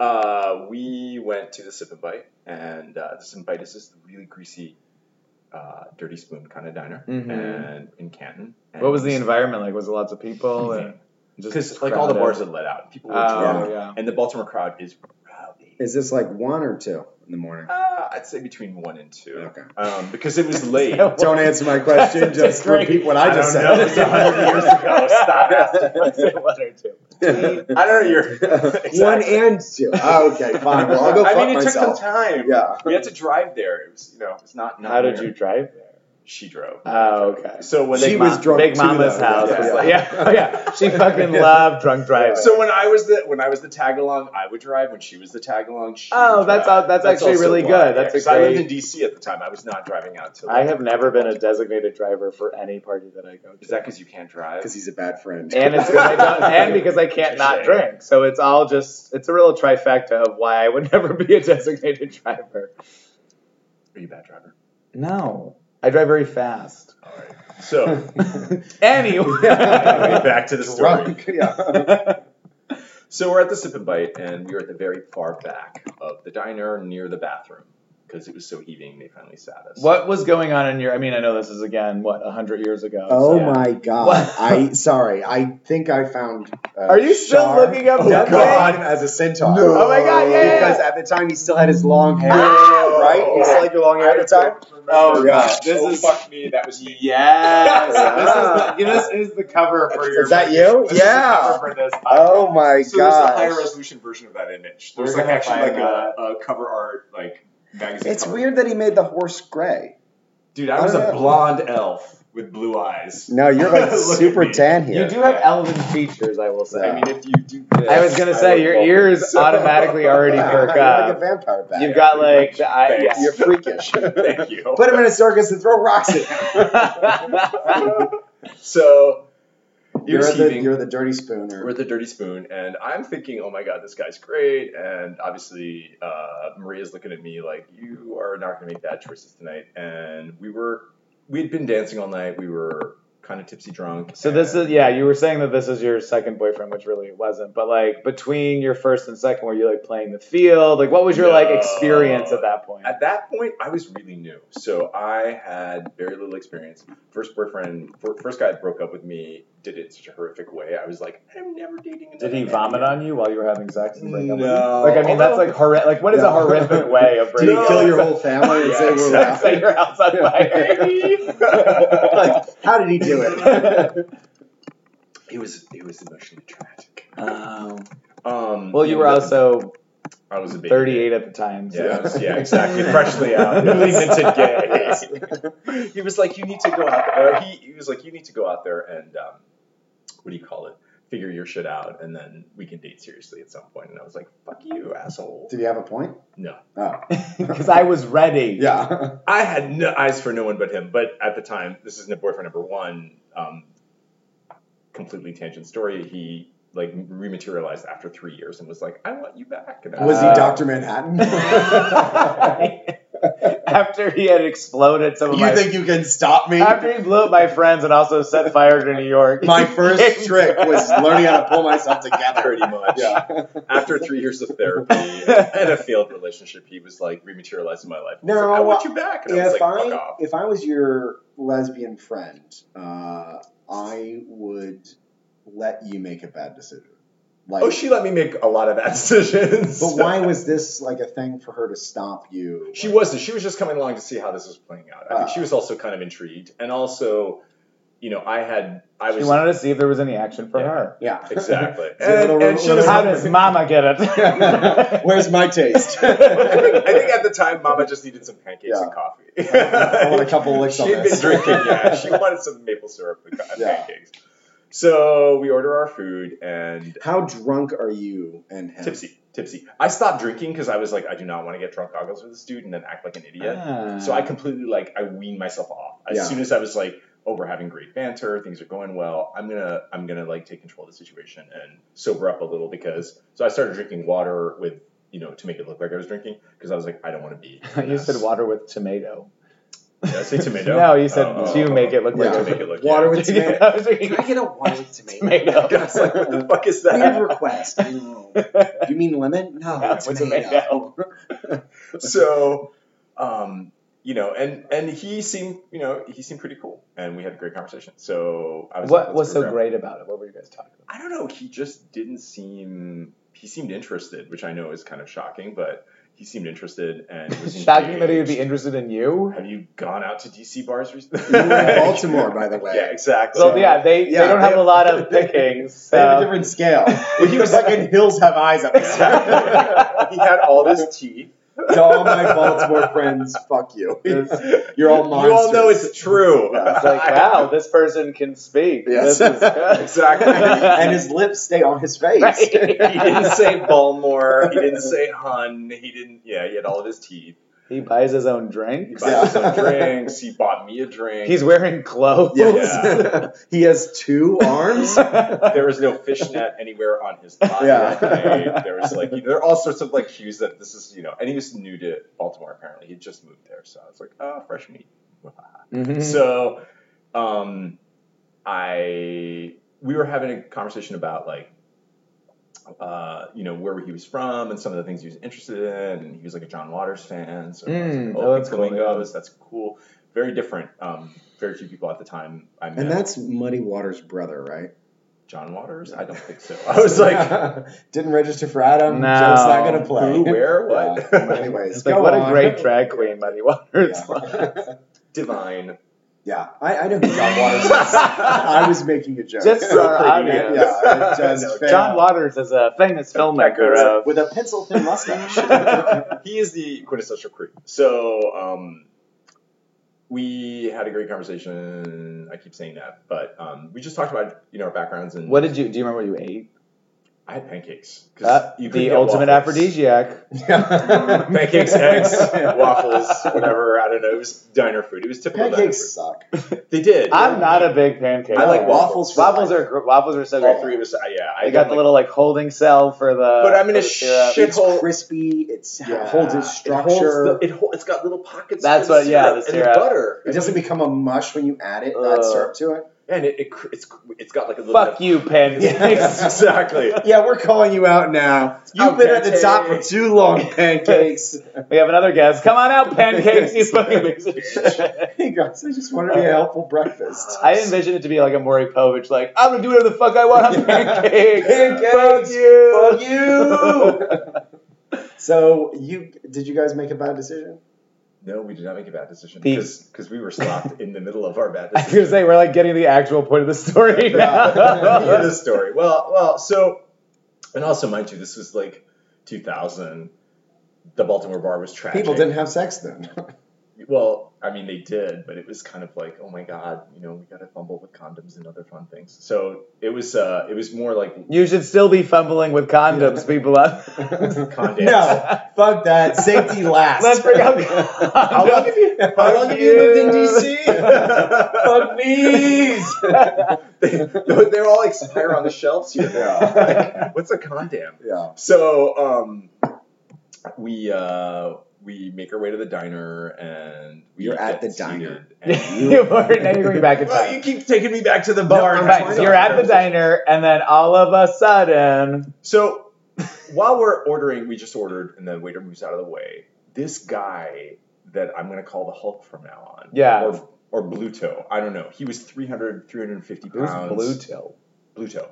[SPEAKER 3] uh, we went to the Sip and Bite, and uh, the Sip and Bite is this really greasy, uh, dirty spoon kind of diner,
[SPEAKER 1] Mhm.
[SPEAKER 3] and in Canton. And
[SPEAKER 1] What was the environment like? Was it lots of people? and just
[SPEAKER 3] Because like all the bars
[SPEAKER 1] crowded?
[SPEAKER 3] had let out, people were drunk,
[SPEAKER 1] Oh, yeah.
[SPEAKER 3] and the Baltimore crowd is rowdy.
[SPEAKER 2] Is this like one or two in the morning?
[SPEAKER 3] Uh, I'd say between one and two,
[SPEAKER 2] Okay.
[SPEAKER 3] um, because it was late.
[SPEAKER 2] Don't answer my question.
[SPEAKER 1] That's
[SPEAKER 2] just
[SPEAKER 1] great.
[SPEAKER 2] repeat what I just
[SPEAKER 3] don't know. It's a hundred years ago. Stop
[SPEAKER 1] One
[SPEAKER 3] asking.
[SPEAKER 1] or two.
[SPEAKER 2] said.
[SPEAKER 3] I don't know. You're
[SPEAKER 2] One
[SPEAKER 3] Exactly.
[SPEAKER 2] and two. Oh, okay, fine. Well, I'll go
[SPEAKER 3] I
[SPEAKER 2] fuck
[SPEAKER 3] mean, it
[SPEAKER 2] myself.
[SPEAKER 3] took some time.
[SPEAKER 2] yeah.
[SPEAKER 3] we had to drive there. It was, you know, it's not. not
[SPEAKER 1] How did
[SPEAKER 3] near.
[SPEAKER 1] you drive there?
[SPEAKER 3] She drove.
[SPEAKER 1] Oh, okay.
[SPEAKER 3] So when
[SPEAKER 2] She
[SPEAKER 3] they,
[SPEAKER 2] was drunk
[SPEAKER 1] Big
[SPEAKER 2] too,
[SPEAKER 1] Mama's
[SPEAKER 2] though.
[SPEAKER 1] house.
[SPEAKER 3] Yeah,
[SPEAKER 1] Yeah,
[SPEAKER 3] yeah.
[SPEAKER 1] yeah. Oh, yeah. She fucking loved drunk driving.
[SPEAKER 3] so when I was the when I was the tag along, I would drive. When she was the tag along, she
[SPEAKER 1] Oh,
[SPEAKER 3] would
[SPEAKER 1] that's
[SPEAKER 3] drive.
[SPEAKER 1] all- that's actually
[SPEAKER 3] also
[SPEAKER 1] really
[SPEAKER 3] why,
[SPEAKER 1] good.
[SPEAKER 3] yeah,
[SPEAKER 1] That's a
[SPEAKER 3] 'cause I lived
[SPEAKER 1] great-
[SPEAKER 3] in DC at the time. I was not driving out to.
[SPEAKER 1] I have never been a designated driver for any party that I go to.
[SPEAKER 3] Is that because you can't drive?
[SPEAKER 2] Because he's a bad friend.
[SPEAKER 1] and it's because I don't, and because I can't not drink. So it's all just it's a real trifecta of why I would never be a designated driver.
[SPEAKER 3] Are you a bad driver?
[SPEAKER 1] No, I drive very fast.
[SPEAKER 3] All right. So
[SPEAKER 1] Anyway,
[SPEAKER 3] anyway, back to the story.
[SPEAKER 2] Drunk. Yeah.
[SPEAKER 3] So we're at the sip and bite, and we were at the very far back of the diner near the bathroom because it was so heaving. They finally sat us.
[SPEAKER 1] what was going on in your? I mean, I know this is again what hundred years ago.
[SPEAKER 2] Oh
[SPEAKER 1] so-
[SPEAKER 2] my god.
[SPEAKER 1] What?
[SPEAKER 2] I sorry. I think I found. Uh,
[SPEAKER 1] Are you still
[SPEAKER 2] Char-
[SPEAKER 1] looking up
[SPEAKER 2] oh,
[SPEAKER 1] Death
[SPEAKER 2] god,
[SPEAKER 1] Ray?
[SPEAKER 2] as a centaur?
[SPEAKER 1] No. Oh my God, yeah, yeah,
[SPEAKER 2] Because
[SPEAKER 1] yeah.
[SPEAKER 2] at the time he still had his long hair,
[SPEAKER 1] Ah!
[SPEAKER 2] right? He still had your long hair at the time.
[SPEAKER 1] Oh
[SPEAKER 2] God.
[SPEAKER 1] This
[SPEAKER 3] oh,
[SPEAKER 1] is-
[SPEAKER 3] fuck me. That was me.
[SPEAKER 1] Yes,
[SPEAKER 2] Ah.
[SPEAKER 1] this, is the, this is the cover for your.
[SPEAKER 2] Is that you?
[SPEAKER 1] This is the
[SPEAKER 2] Yeah.
[SPEAKER 1] cover for this
[SPEAKER 2] Oh my
[SPEAKER 3] so there's a higher
[SPEAKER 2] god.
[SPEAKER 3] resolution version of that image.
[SPEAKER 1] We're
[SPEAKER 3] There's like
[SPEAKER 1] gonna
[SPEAKER 3] actually
[SPEAKER 1] find
[SPEAKER 3] like a, a cover art like magazine.
[SPEAKER 2] It's
[SPEAKER 3] cover.
[SPEAKER 2] weird that he made the horse gray.
[SPEAKER 3] dude. I was
[SPEAKER 2] I don't
[SPEAKER 3] a
[SPEAKER 2] know.
[SPEAKER 3] blonde elf with blue eyes.
[SPEAKER 2] No, you're like
[SPEAKER 3] Look at
[SPEAKER 2] super
[SPEAKER 3] me.
[SPEAKER 2] tan
[SPEAKER 1] You
[SPEAKER 2] here.
[SPEAKER 1] do have elven features, I will say.
[SPEAKER 3] I mean, if you do this,
[SPEAKER 1] I was gonna say
[SPEAKER 3] would
[SPEAKER 1] your
[SPEAKER 3] love it.
[SPEAKER 1] ears
[SPEAKER 3] So-
[SPEAKER 1] automatically already
[SPEAKER 2] Yeah,
[SPEAKER 1] perk
[SPEAKER 2] you're like a
[SPEAKER 1] up.
[SPEAKER 2] vampire bat.
[SPEAKER 1] You've got like the eye.
[SPEAKER 3] Thanks.
[SPEAKER 2] You're freakish.
[SPEAKER 3] Thank you.
[SPEAKER 2] Put him in a circus and throw rocks at him.
[SPEAKER 3] so
[SPEAKER 2] You're
[SPEAKER 3] was
[SPEAKER 2] the,
[SPEAKER 3] heaving.
[SPEAKER 2] you're the dirty spoon. Or,
[SPEAKER 3] we're at the Dirty Spoon, and I'm thinking, oh my god, this guy's great. And obviously, uh, Maria's looking at me like, you are not gonna make bad choices tonight. And we were, we had been dancing all night. We were kind of tipsy drunk.
[SPEAKER 1] So this
[SPEAKER 3] and-
[SPEAKER 1] is yeah. You were saying that this is your second boyfriend, which really it wasn't. But like between your first and second, were you like playing the field? Like what was your like
[SPEAKER 3] No.
[SPEAKER 1] experience at that point?
[SPEAKER 3] At that point, I was really new, so I had very little experience. First boyfriend, fir- first guy that broke up with me, did it in such a horrific way. I was like, I'm never dating. another
[SPEAKER 1] Did he
[SPEAKER 3] man
[SPEAKER 1] vomit
[SPEAKER 3] again."
[SPEAKER 1] on you while you were having sex? And break up with you?
[SPEAKER 3] No.
[SPEAKER 1] Like I mean, that's
[SPEAKER 3] Although-
[SPEAKER 1] like horrific. Like what is
[SPEAKER 2] Yeah.
[SPEAKER 1] a horrific way of
[SPEAKER 2] Did
[SPEAKER 1] breaking?
[SPEAKER 2] he
[SPEAKER 1] up?
[SPEAKER 2] kill your whole family and
[SPEAKER 3] Yeah,
[SPEAKER 2] say we're
[SPEAKER 3] exactly.
[SPEAKER 1] Set your house on fire.
[SPEAKER 2] like, how did he do it?
[SPEAKER 3] It was it was emotionally tragic.
[SPEAKER 1] Um,
[SPEAKER 3] Um,
[SPEAKER 1] well, you were also
[SPEAKER 3] I was a baby.
[SPEAKER 1] 38 at the time. So.
[SPEAKER 3] Yeah, I was- yeah, exactly. Freshly out, leaning into gay. he was like, "You need to go out." There. Uh, He, he was like, "You need to go out there and um, what do you call it? Figure your shit out, and then we can date seriously at some point." And I was like, "Fuck you, asshole."
[SPEAKER 2] Did he have a point?
[SPEAKER 3] No,
[SPEAKER 2] Oh,
[SPEAKER 1] Because I was ready.
[SPEAKER 2] yeah.
[SPEAKER 3] I had no eyes for no one but him. But at the time, this is boyfriend number one. Um, completely tangent story. He like rematerialized after three years and was like, "I want you back." And I
[SPEAKER 2] Was he
[SPEAKER 1] Uh,
[SPEAKER 2] Doctor Manhattan?
[SPEAKER 1] After he had exploded some of my.
[SPEAKER 2] you think you can stop me?
[SPEAKER 1] after he blew up my friends and also set fire to New York.
[SPEAKER 2] My first trick was learning how to pull myself together.
[SPEAKER 3] pretty much.
[SPEAKER 2] Yeah.
[SPEAKER 3] After three years of therapy and a failed relationship, he was like rematerializing my life. He was
[SPEAKER 2] No,
[SPEAKER 3] like, I want you back. And I was
[SPEAKER 2] If
[SPEAKER 3] like, fuck
[SPEAKER 2] I
[SPEAKER 3] off.
[SPEAKER 2] if I was your lesbian friend, uh, I would let you make a bad decision. Like,
[SPEAKER 3] Oh, she let me make a lot of bad decisions.
[SPEAKER 2] but why was this like a thing for her to stop you?
[SPEAKER 3] she wasn't? She was just coming along to see how this was playing out. I think
[SPEAKER 2] Ah.
[SPEAKER 3] she was also kind of intrigued, and also, you know, I had I
[SPEAKER 1] She
[SPEAKER 3] was
[SPEAKER 1] wanted to see if there was any action for
[SPEAKER 3] Yeah.
[SPEAKER 1] her.
[SPEAKER 2] Yeah.
[SPEAKER 3] exactly,
[SPEAKER 2] It's a
[SPEAKER 3] and,
[SPEAKER 2] little-
[SPEAKER 3] and she
[SPEAKER 2] little-
[SPEAKER 3] was.
[SPEAKER 1] How does Mama get it?
[SPEAKER 2] Where's my taste?
[SPEAKER 3] I think, I think at the time, Mama just needed some pancakes
[SPEAKER 2] Yeah.
[SPEAKER 3] and coffee.
[SPEAKER 2] I want a couple licks on
[SPEAKER 3] she had been
[SPEAKER 2] this.
[SPEAKER 3] drinking. Yeah, she wanted some maple syrup and co- and
[SPEAKER 2] Yeah.
[SPEAKER 3] pancakes. So we order our food and
[SPEAKER 2] How drunk are you and him?
[SPEAKER 3] tipsy, tipsy. I stopped drinking because I was like, I do not want to get drunk goggles with this dude and then act like an idiot. So I completely like I weaned myself off as
[SPEAKER 2] Yeah.
[SPEAKER 3] soon as I was like, oh, we're having great banter, things are going well. I'm gonna I'm gonna like take control of the situation and sober up a little because so I started drinking water with you know to make it look like I was drinking because I was like I don't want to be. a
[SPEAKER 1] you
[SPEAKER 3] mess.
[SPEAKER 1] said water with tomato.
[SPEAKER 3] Did I say tomato?
[SPEAKER 1] No, you said
[SPEAKER 3] Oh,
[SPEAKER 1] to
[SPEAKER 3] oh,
[SPEAKER 1] make it look
[SPEAKER 2] Yeah.
[SPEAKER 1] like
[SPEAKER 3] to
[SPEAKER 1] a
[SPEAKER 3] make it look
[SPEAKER 2] Water
[SPEAKER 3] yeah.
[SPEAKER 2] with tomato.
[SPEAKER 1] I was thinking-
[SPEAKER 2] Can I get a water with tomato?
[SPEAKER 1] tomato.
[SPEAKER 3] I was like, what the fuck is
[SPEAKER 2] Weird
[SPEAKER 3] that?
[SPEAKER 2] request. No. You mean lemon? No,
[SPEAKER 1] Yeah, with
[SPEAKER 2] tomato. Oh,
[SPEAKER 3] so um you know and and he seemed you know he seemed pretty cool and we had a great conversation so i was like,
[SPEAKER 1] What
[SPEAKER 3] let's
[SPEAKER 1] was so
[SPEAKER 3] program.
[SPEAKER 1] great about it? What were you guys talking
[SPEAKER 3] i don't know he just didn't seem he seemed interested which i know is kind of shocking but he seemed interested and
[SPEAKER 1] about?
[SPEAKER 3] was
[SPEAKER 1] Shocking that he would be
[SPEAKER 3] engaged.
[SPEAKER 1] interested in you.
[SPEAKER 3] have you gone out to dc bars recently
[SPEAKER 2] You were in Baltimore, by the way.
[SPEAKER 3] yeah exactly
[SPEAKER 1] Well, yeah, they,
[SPEAKER 2] Yeah,
[SPEAKER 1] they don't have
[SPEAKER 2] they-
[SPEAKER 1] a lot of pickings.
[SPEAKER 2] They have a
[SPEAKER 1] So.
[SPEAKER 2] different scale. Well, he was like in Hills Have Eyes up
[SPEAKER 1] Exactly.
[SPEAKER 3] he had all his teeth
[SPEAKER 2] to all my Baltimore friends, fuck you. You're all monsters.
[SPEAKER 3] you all know it's true
[SPEAKER 1] It's like, wow, this person can speak.
[SPEAKER 2] Yes.
[SPEAKER 1] This is good.
[SPEAKER 3] Exactly.
[SPEAKER 2] and his lips stay on his face.
[SPEAKER 1] Right.
[SPEAKER 3] he didn't say Balmore. He didn't say Hun. He didn't. Yeah, he had all of his teeth.
[SPEAKER 1] He buys his own
[SPEAKER 3] He
[SPEAKER 1] drinks.
[SPEAKER 3] buys his own drinks. He bought me a drink.
[SPEAKER 1] He's wearing clothes.
[SPEAKER 2] Yes. he has two arms.
[SPEAKER 3] there was no fishnet anywhere on his body.
[SPEAKER 2] Yeah.
[SPEAKER 3] that day. There was like there are all sorts of like cues that this is you know, and he was new to Baltimore apparently. He had just moved there, so I was like, oh, fresh meat.
[SPEAKER 1] Mhm.
[SPEAKER 3] Mm-hmm. So, um, I we were having a conversation about like, uh, you know, where he was from and some of the things he was interested in, and he was like a John Waters fan. So I was
[SPEAKER 1] Mm,
[SPEAKER 3] like,
[SPEAKER 1] oh,
[SPEAKER 3] oh,
[SPEAKER 1] that's
[SPEAKER 3] that's cool.
[SPEAKER 1] cool, yeah.
[SPEAKER 3] That's cool. Very different. Um, very few people at the time I met.
[SPEAKER 2] And that's Muddy Waters' brother, right?
[SPEAKER 3] John Waters. I don't think so. I was like,
[SPEAKER 2] didn't register for Adam.
[SPEAKER 1] No.
[SPEAKER 2] Joke's not gonna play.
[SPEAKER 3] who, where, what?
[SPEAKER 2] Yeah. Anyways,
[SPEAKER 1] It's like,
[SPEAKER 2] go
[SPEAKER 1] what a
[SPEAKER 2] on.
[SPEAKER 1] great drag queen, Muddy Waters.
[SPEAKER 2] Yeah,
[SPEAKER 3] Divine.
[SPEAKER 2] yeah. I, I know who John Waters is. I was making a joke.
[SPEAKER 1] Just for our
[SPEAKER 3] pretty,
[SPEAKER 1] audience.
[SPEAKER 3] man.
[SPEAKER 2] yeah, I just
[SPEAKER 3] No,
[SPEAKER 2] failed.
[SPEAKER 1] John Waters is a famous filmmaker of.
[SPEAKER 2] with a pencil thin mustache.
[SPEAKER 3] he is the quintessential creep. So um, we had a great conversation. I keep saying that, but um, we just talked about you know our backgrounds and
[SPEAKER 1] What did you? Do you remember what you ate?
[SPEAKER 3] I had pancakes. 'cause
[SPEAKER 1] Uh,
[SPEAKER 3] you couldn't
[SPEAKER 1] the
[SPEAKER 3] get
[SPEAKER 1] ultimate
[SPEAKER 3] waffles.
[SPEAKER 1] aphrodisiac.
[SPEAKER 2] Yeah.
[SPEAKER 3] Pancakes, eggs, waffles, whatever. I don't know. It was diner food. It was typical
[SPEAKER 2] Pancakes suck.
[SPEAKER 3] diner food. They did.
[SPEAKER 1] I'm not a big pancake.
[SPEAKER 3] I like
[SPEAKER 1] guy.
[SPEAKER 2] waffles for
[SPEAKER 1] Waffles
[SPEAKER 2] life.
[SPEAKER 1] are gr- waffles are so
[SPEAKER 3] All
[SPEAKER 1] great.
[SPEAKER 3] three of us. uh, Yeah,
[SPEAKER 1] I got the little like holding cell for the.
[SPEAKER 3] But I'm in
[SPEAKER 1] for the
[SPEAKER 3] a
[SPEAKER 1] syrup.
[SPEAKER 3] shit
[SPEAKER 2] It's
[SPEAKER 3] hole-
[SPEAKER 2] crispy. It's,
[SPEAKER 3] Yeah.
[SPEAKER 2] It holds its
[SPEAKER 3] It holds
[SPEAKER 2] structure.
[SPEAKER 3] the- it hol- it's got little pockets.
[SPEAKER 1] That's
[SPEAKER 3] for
[SPEAKER 1] what- yeah,
[SPEAKER 3] syrup
[SPEAKER 1] the
[SPEAKER 3] and
[SPEAKER 1] syrup.
[SPEAKER 3] butter.
[SPEAKER 2] it doesn't become a mush when you add it,
[SPEAKER 1] Ugh.
[SPEAKER 2] add syrup to it.
[SPEAKER 3] And it, it cr- it's cr- it's got like a little. bit
[SPEAKER 1] Fuck
[SPEAKER 3] of-
[SPEAKER 1] you, pancakes.
[SPEAKER 2] Yeah.
[SPEAKER 3] exactly.
[SPEAKER 2] Yeah, we're calling you out now. You've
[SPEAKER 3] Out
[SPEAKER 2] been at the top for
[SPEAKER 3] pancakes.
[SPEAKER 2] too long, pancakes.
[SPEAKER 1] we have another guest. Come on out, pancakes. You fucking piece of shit.
[SPEAKER 2] hey guys, I just wanted to be
[SPEAKER 3] Uh,
[SPEAKER 2] a helpful breakfast.
[SPEAKER 1] I envision it to be like a Maury Povich, like, I'm gonna do whatever the fuck I want, I'm pancakes.
[SPEAKER 2] Pancakes.
[SPEAKER 1] Fuck you.
[SPEAKER 2] Fuck you. so you did you guys make a bad decision?
[SPEAKER 3] No, we did not make a bad decision
[SPEAKER 1] Thieves.
[SPEAKER 3] because we were stopped in the middle of our bad
[SPEAKER 1] I was gonna
[SPEAKER 3] decision.
[SPEAKER 1] say, we're like getting the actual point of the story
[SPEAKER 3] Yeah,
[SPEAKER 1] now.
[SPEAKER 3] the story. Well, well, so and also mind you, this was like 2000. The Baltimore bar was tragic.
[SPEAKER 2] People didn't have sex then.
[SPEAKER 3] Well, I mean they did, but it was kind of like, oh my god, you know, we gotta fumble with condoms and other fun things. So it was, uh, it was more like
[SPEAKER 1] you should still be fumbling with condoms, people. Up.
[SPEAKER 3] condoms.
[SPEAKER 2] no, fuck that. Safety last.
[SPEAKER 1] Let's bring up
[SPEAKER 3] How
[SPEAKER 1] condoms.
[SPEAKER 3] long have you? How long have you lived in DC?
[SPEAKER 2] fuck these.
[SPEAKER 3] they, they're all expire on the shelves here.
[SPEAKER 2] Yeah.
[SPEAKER 3] Like, what's a condom?
[SPEAKER 2] yeah.
[SPEAKER 3] So um, we uh, we make our way to the diner and we
[SPEAKER 2] You're
[SPEAKER 3] get
[SPEAKER 2] at the
[SPEAKER 3] seated
[SPEAKER 2] diner.
[SPEAKER 3] and-
[SPEAKER 1] you were, now you're going back in
[SPEAKER 3] Well,
[SPEAKER 1] time.
[SPEAKER 3] you keep taking me back to the bar.
[SPEAKER 2] No,
[SPEAKER 3] and
[SPEAKER 2] I'm
[SPEAKER 1] Right,
[SPEAKER 3] that's
[SPEAKER 2] fine.
[SPEAKER 3] what
[SPEAKER 1] so you're at the
[SPEAKER 3] I'm talking about.
[SPEAKER 1] diner, and then all of a sudden,
[SPEAKER 3] So while we're ordering, we just ordered, and the waiter moves out of the way. This guy that I'm going to call the Hulk from now on,
[SPEAKER 1] Yeah.
[SPEAKER 3] or or Bluto, I don't know. He was 300, 350
[SPEAKER 1] who's
[SPEAKER 3] pounds.
[SPEAKER 1] Bluto?
[SPEAKER 3] Bluto.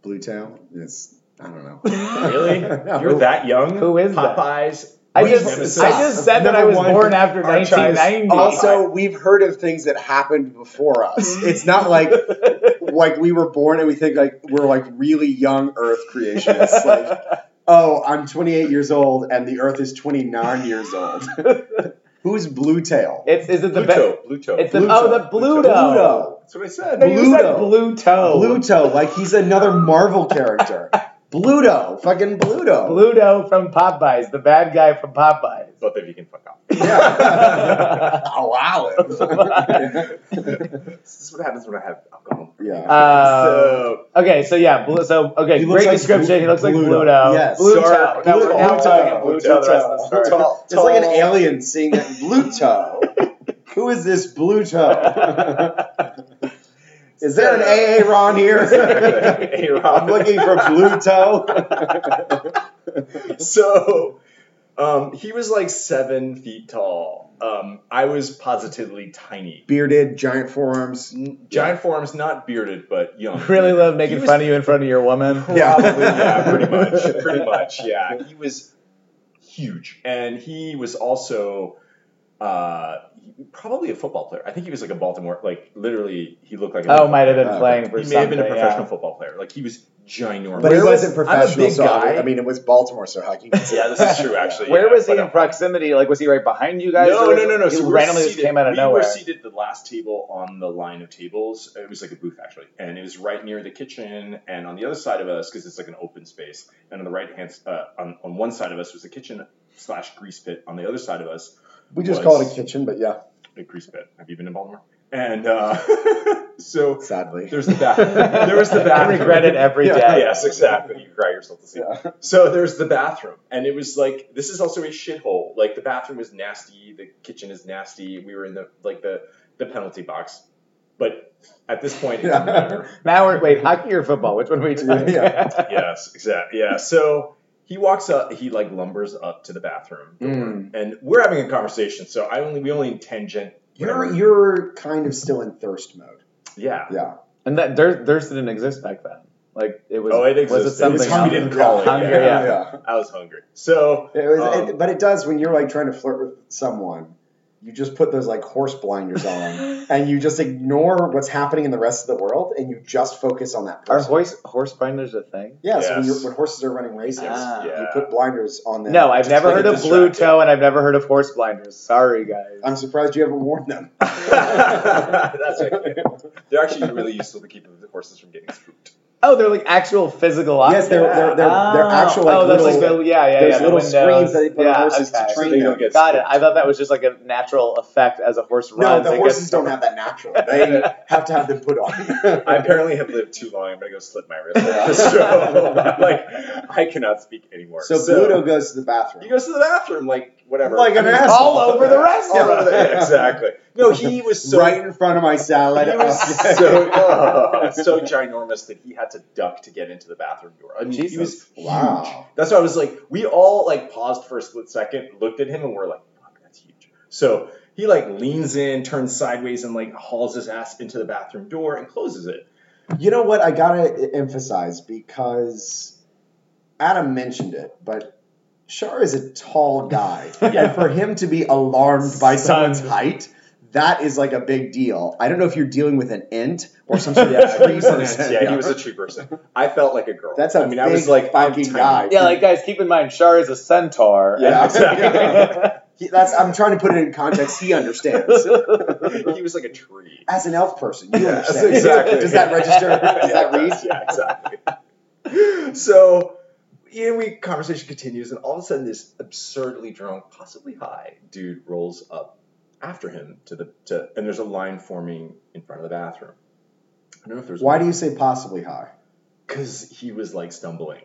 [SPEAKER 2] Blue Town is I don't know.
[SPEAKER 3] Really?
[SPEAKER 2] No.
[SPEAKER 3] You're that young?
[SPEAKER 1] Who is that?
[SPEAKER 3] Popeyes?
[SPEAKER 1] I
[SPEAKER 3] Wait,
[SPEAKER 1] just,
[SPEAKER 3] Nemesis.
[SPEAKER 1] I just said that I
[SPEAKER 2] Number
[SPEAKER 1] was
[SPEAKER 2] one,
[SPEAKER 1] born after
[SPEAKER 3] Archives.
[SPEAKER 1] 1990.
[SPEAKER 2] Also, we've heard of things that happened before us.
[SPEAKER 1] Mm.
[SPEAKER 2] It's not like like we were born and we think like we're like really young Earth creationists. Like, oh, I'm 28 years old and the Earth is 29 years old. Who's Blue Tail?
[SPEAKER 1] It's is it the best?
[SPEAKER 3] Bluto. Bluto.
[SPEAKER 1] It's the
[SPEAKER 2] Bluto.
[SPEAKER 1] oh the Bluto.
[SPEAKER 2] Bluto.
[SPEAKER 3] That's what I said.
[SPEAKER 1] No, you said
[SPEAKER 2] Bluto.
[SPEAKER 1] Bluto.
[SPEAKER 2] Bluto, like he's another Marvel character. Bluto, fucking Bluto.
[SPEAKER 1] Bluto from Popeyes, the bad guy from Popeyes.
[SPEAKER 3] Both of you can fuck off.
[SPEAKER 1] Yeah.
[SPEAKER 2] Allow it.
[SPEAKER 3] this is what happens when I have alcohol.
[SPEAKER 2] yeah.
[SPEAKER 1] Uh,
[SPEAKER 3] so,
[SPEAKER 1] okay, so yeah, Blu- so okay,
[SPEAKER 2] He looks
[SPEAKER 1] great
[SPEAKER 2] like
[SPEAKER 1] description. he
[SPEAKER 2] Blu-
[SPEAKER 1] looks like
[SPEAKER 2] Bluto.
[SPEAKER 1] Bluto.
[SPEAKER 2] Yes.
[SPEAKER 1] Bluto.
[SPEAKER 3] Sorry,
[SPEAKER 1] No, we're
[SPEAKER 2] Bluto.
[SPEAKER 1] now calling it Bluto the rest of the
[SPEAKER 2] Bluto.
[SPEAKER 1] story.
[SPEAKER 2] Tall- It's like an alien seeing that Bluto. Who is this Bluto? Is there an AA Ron here?
[SPEAKER 3] Hey, Rob.
[SPEAKER 2] I'm looking for Bluto.
[SPEAKER 3] so um, he was like seven feet tall. Um, I was positively tiny.
[SPEAKER 2] Bearded, giant forearms.
[SPEAKER 3] N- Giant forearms, not bearded, but young.
[SPEAKER 1] Really love
[SPEAKER 3] He
[SPEAKER 1] making
[SPEAKER 3] was-
[SPEAKER 1] fun of you in front of your woman.
[SPEAKER 2] Yeah.
[SPEAKER 3] Probably, yeah, pretty much. Pretty much, yeah. He was huge. And he was also uh, probably a football player. I think he was like a Baltimore, like literally, he looked like a
[SPEAKER 1] Oh, might have been
[SPEAKER 2] Uh,
[SPEAKER 1] playing for
[SPEAKER 3] He may have been a
[SPEAKER 1] something,
[SPEAKER 3] professional
[SPEAKER 1] yeah.
[SPEAKER 3] football player. Like he was ginormous.
[SPEAKER 2] But he
[SPEAKER 1] Where was-
[SPEAKER 2] wasn't
[SPEAKER 3] I'm a
[SPEAKER 2] professional,
[SPEAKER 3] big
[SPEAKER 2] so I,
[SPEAKER 3] guy.
[SPEAKER 2] I mean, it was Baltimore, so I can
[SPEAKER 3] yeah, this is true. Actually,
[SPEAKER 1] Where
[SPEAKER 3] yeah,
[SPEAKER 1] was he
[SPEAKER 3] but, uh,
[SPEAKER 1] in proximity? Like, was he right behind you guys?
[SPEAKER 3] No,
[SPEAKER 1] or was
[SPEAKER 3] no, no, no.
[SPEAKER 1] He
[SPEAKER 3] So we were
[SPEAKER 1] randomly just
[SPEAKER 3] seated-
[SPEAKER 1] came out of
[SPEAKER 3] we
[SPEAKER 1] nowhere.
[SPEAKER 3] were seated at the last table on the line of tables. It was like a booth actually, and it was right near the kitchen. And on the other side of us, because it's like an open space, and on the right hand, uh, on on one side of us was the kitchen slash grease pit. On the other side of us,
[SPEAKER 2] We just
[SPEAKER 3] Was-
[SPEAKER 2] call it a kitchen, but yeah,
[SPEAKER 3] the grease pit. Have you been in Baltimore? And uh, so
[SPEAKER 2] sadly.
[SPEAKER 3] there's the bath. There was the
[SPEAKER 1] I
[SPEAKER 3] bathroom.
[SPEAKER 1] regret it every
[SPEAKER 2] Yeah,
[SPEAKER 1] day.
[SPEAKER 3] yes, exactly. You cry yourself to sleep.
[SPEAKER 2] Yeah.
[SPEAKER 3] So there's the bathroom, and it was like this is also a shithole. Like the bathroom was nasty, the kitchen is nasty. We were in the like the the penalty box, but at this point, it didn't matter.
[SPEAKER 1] Now we're wait, hockey or football? Which one were you talking?
[SPEAKER 2] Yeah.
[SPEAKER 1] about?
[SPEAKER 3] yes, exactly. Yeah. So he walks up, he like lumbers up to the bathroom,
[SPEAKER 2] Mm.
[SPEAKER 3] and we're having a conversation. So I only we only tangent.
[SPEAKER 2] You're you're kind of still in thirst mode.
[SPEAKER 3] yeah.
[SPEAKER 2] Yeah.
[SPEAKER 1] And that Dur- Durst didn't exist back then. Like it was.
[SPEAKER 3] Oh,
[SPEAKER 1] Was
[SPEAKER 3] it
[SPEAKER 1] it
[SPEAKER 3] existed.
[SPEAKER 1] something?
[SPEAKER 2] It's hungry,
[SPEAKER 1] else?
[SPEAKER 2] we didn't call it.
[SPEAKER 1] Hunger,
[SPEAKER 3] Yeah.
[SPEAKER 1] yeah. Oh.
[SPEAKER 3] I was hungry. So
[SPEAKER 2] It was,
[SPEAKER 3] Um,
[SPEAKER 2] it, but it does when you're like trying to flirt with someone. You just put those like horse blinders on, and you just ignore what's happening in the rest of the world, and you just focus on that
[SPEAKER 1] Are
[SPEAKER 2] person.
[SPEAKER 1] horse horse binders a thing?
[SPEAKER 2] yeah, so when,
[SPEAKER 3] Yes.
[SPEAKER 2] you're, when horses are running races,
[SPEAKER 1] Ah.
[SPEAKER 2] you
[SPEAKER 3] Yeah.
[SPEAKER 2] put blinders on them.
[SPEAKER 1] No, I've never
[SPEAKER 3] like
[SPEAKER 1] heard
[SPEAKER 3] a
[SPEAKER 1] of blue
[SPEAKER 3] distractor.
[SPEAKER 1] toe, and I've never heard of horse blinders. Sorry, guys.
[SPEAKER 2] I'm surprised you haven't worn them.
[SPEAKER 3] that's okay. They're actually really useful to keep the horses from getting spooked.
[SPEAKER 1] oh, they're like actual physical
[SPEAKER 2] Yes,
[SPEAKER 1] objects.
[SPEAKER 2] they're- they're- they're- they're actual, like,
[SPEAKER 1] oh, that's like
[SPEAKER 2] little-
[SPEAKER 1] the, yeah, yeah,
[SPEAKER 2] there's
[SPEAKER 1] yeah. the
[SPEAKER 2] little
[SPEAKER 1] windows.
[SPEAKER 2] screens that they put on
[SPEAKER 1] Yeah,
[SPEAKER 2] horses to
[SPEAKER 1] okay.
[SPEAKER 2] train
[SPEAKER 3] So they
[SPEAKER 2] them.
[SPEAKER 3] don't get
[SPEAKER 1] Got it. I thought that was just like a natural effect as a horse
[SPEAKER 2] No,
[SPEAKER 1] runs.
[SPEAKER 2] the
[SPEAKER 1] it
[SPEAKER 2] horses
[SPEAKER 1] gets-
[SPEAKER 2] don't have that natural. They have to have them put on.
[SPEAKER 3] I apparently have lived too long. I'm gonna go slit my wrist.
[SPEAKER 2] Yeah.
[SPEAKER 3] so I'm like, I cannot speak anymore.
[SPEAKER 2] so Pluto goes to the bathroom.
[SPEAKER 3] he goes to the bathroom, like whatever,
[SPEAKER 2] Like an
[SPEAKER 3] I mean,
[SPEAKER 2] asshole.
[SPEAKER 1] all over the rest
[SPEAKER 3] all
[SPEAKER 1] of
[SPEAKER 3] over
[SPEAKER 1] us.
[SPEAKER 3] the- yeah, exactly. No, he was so
[SPEAKER 2] right in front of my salad. Oh.
[SPEAKER 3] He was so ugh, so ginormous that he had to duck to get into the bathroom door. I mean, he was
[SPEAKER 1] Jesus.
[SPEAKER 3] huge.
[SPEAKER 2] Wow.
[SPEAKER 3] That's why I was like, we all like paused for a split second, looked at him, and we're like, fuck, that's huge. So he like leans in, turns sideways, and like hauls his ass into the bathroom door and closes it.
[SPEAKER 2] You know what? I gotta emphasize because Adam mentioned it, but Shar is a tall guy,
[SPEAKER 1] Yeah.
[SPEAKER 2] and for him to be alarmed by
[SPEAKER 1] Son.
[SPEAKER 2] someone's height, that is like a big deal. I don't know if you're dealing with an int or some sort
[SPEAKER 1] Yeah,
[SPEAKER 2] of tree
[SPEAKER 3] he was an
[SPEAKER 2] person.
[SPEAKER 3] yeah, he was a tree person. I felt like a girl.
[SPEAKER 2] That's a
[SPEAKER 3] I mean,
[SPEAKER 2] big
[SPEAKER 3] I was like I'm
[SPEAKER 2] fucking
[SPEAKER 3] tiny.
[SPEAKER 2] guy.
[SPEAKER 1] Yeah, like guys, keep in mind, Shar is a centaur.
[SPEAKER 3] Yeah,
[SPEAKER 2] He- that's I'm trying to put it in context. He understands.
[SPEAKER 3] he was like a tree.
[SPEAKER 2] As an elf person, you
[SPEAKER 3] Yes,
[SPEAKER 2] understand.
[SPEAKER 3] exactly.
[SPEAKER 2] Does that register? Does
[SPEAKER 3] Yeah,
[SPEAKER 2] that read?
[SPEAKER 3] Yeah, exactly. So, you know, we conversation continues, and all of a sudden, this absurdly drunk, possibly high dude rolls up after him to the to, and there's a line forming in front of the bathroom. I don't know if there's
[SPEAKER 2] Why do you say possibly high?
[SPEAKER 3] because he was like stumbling,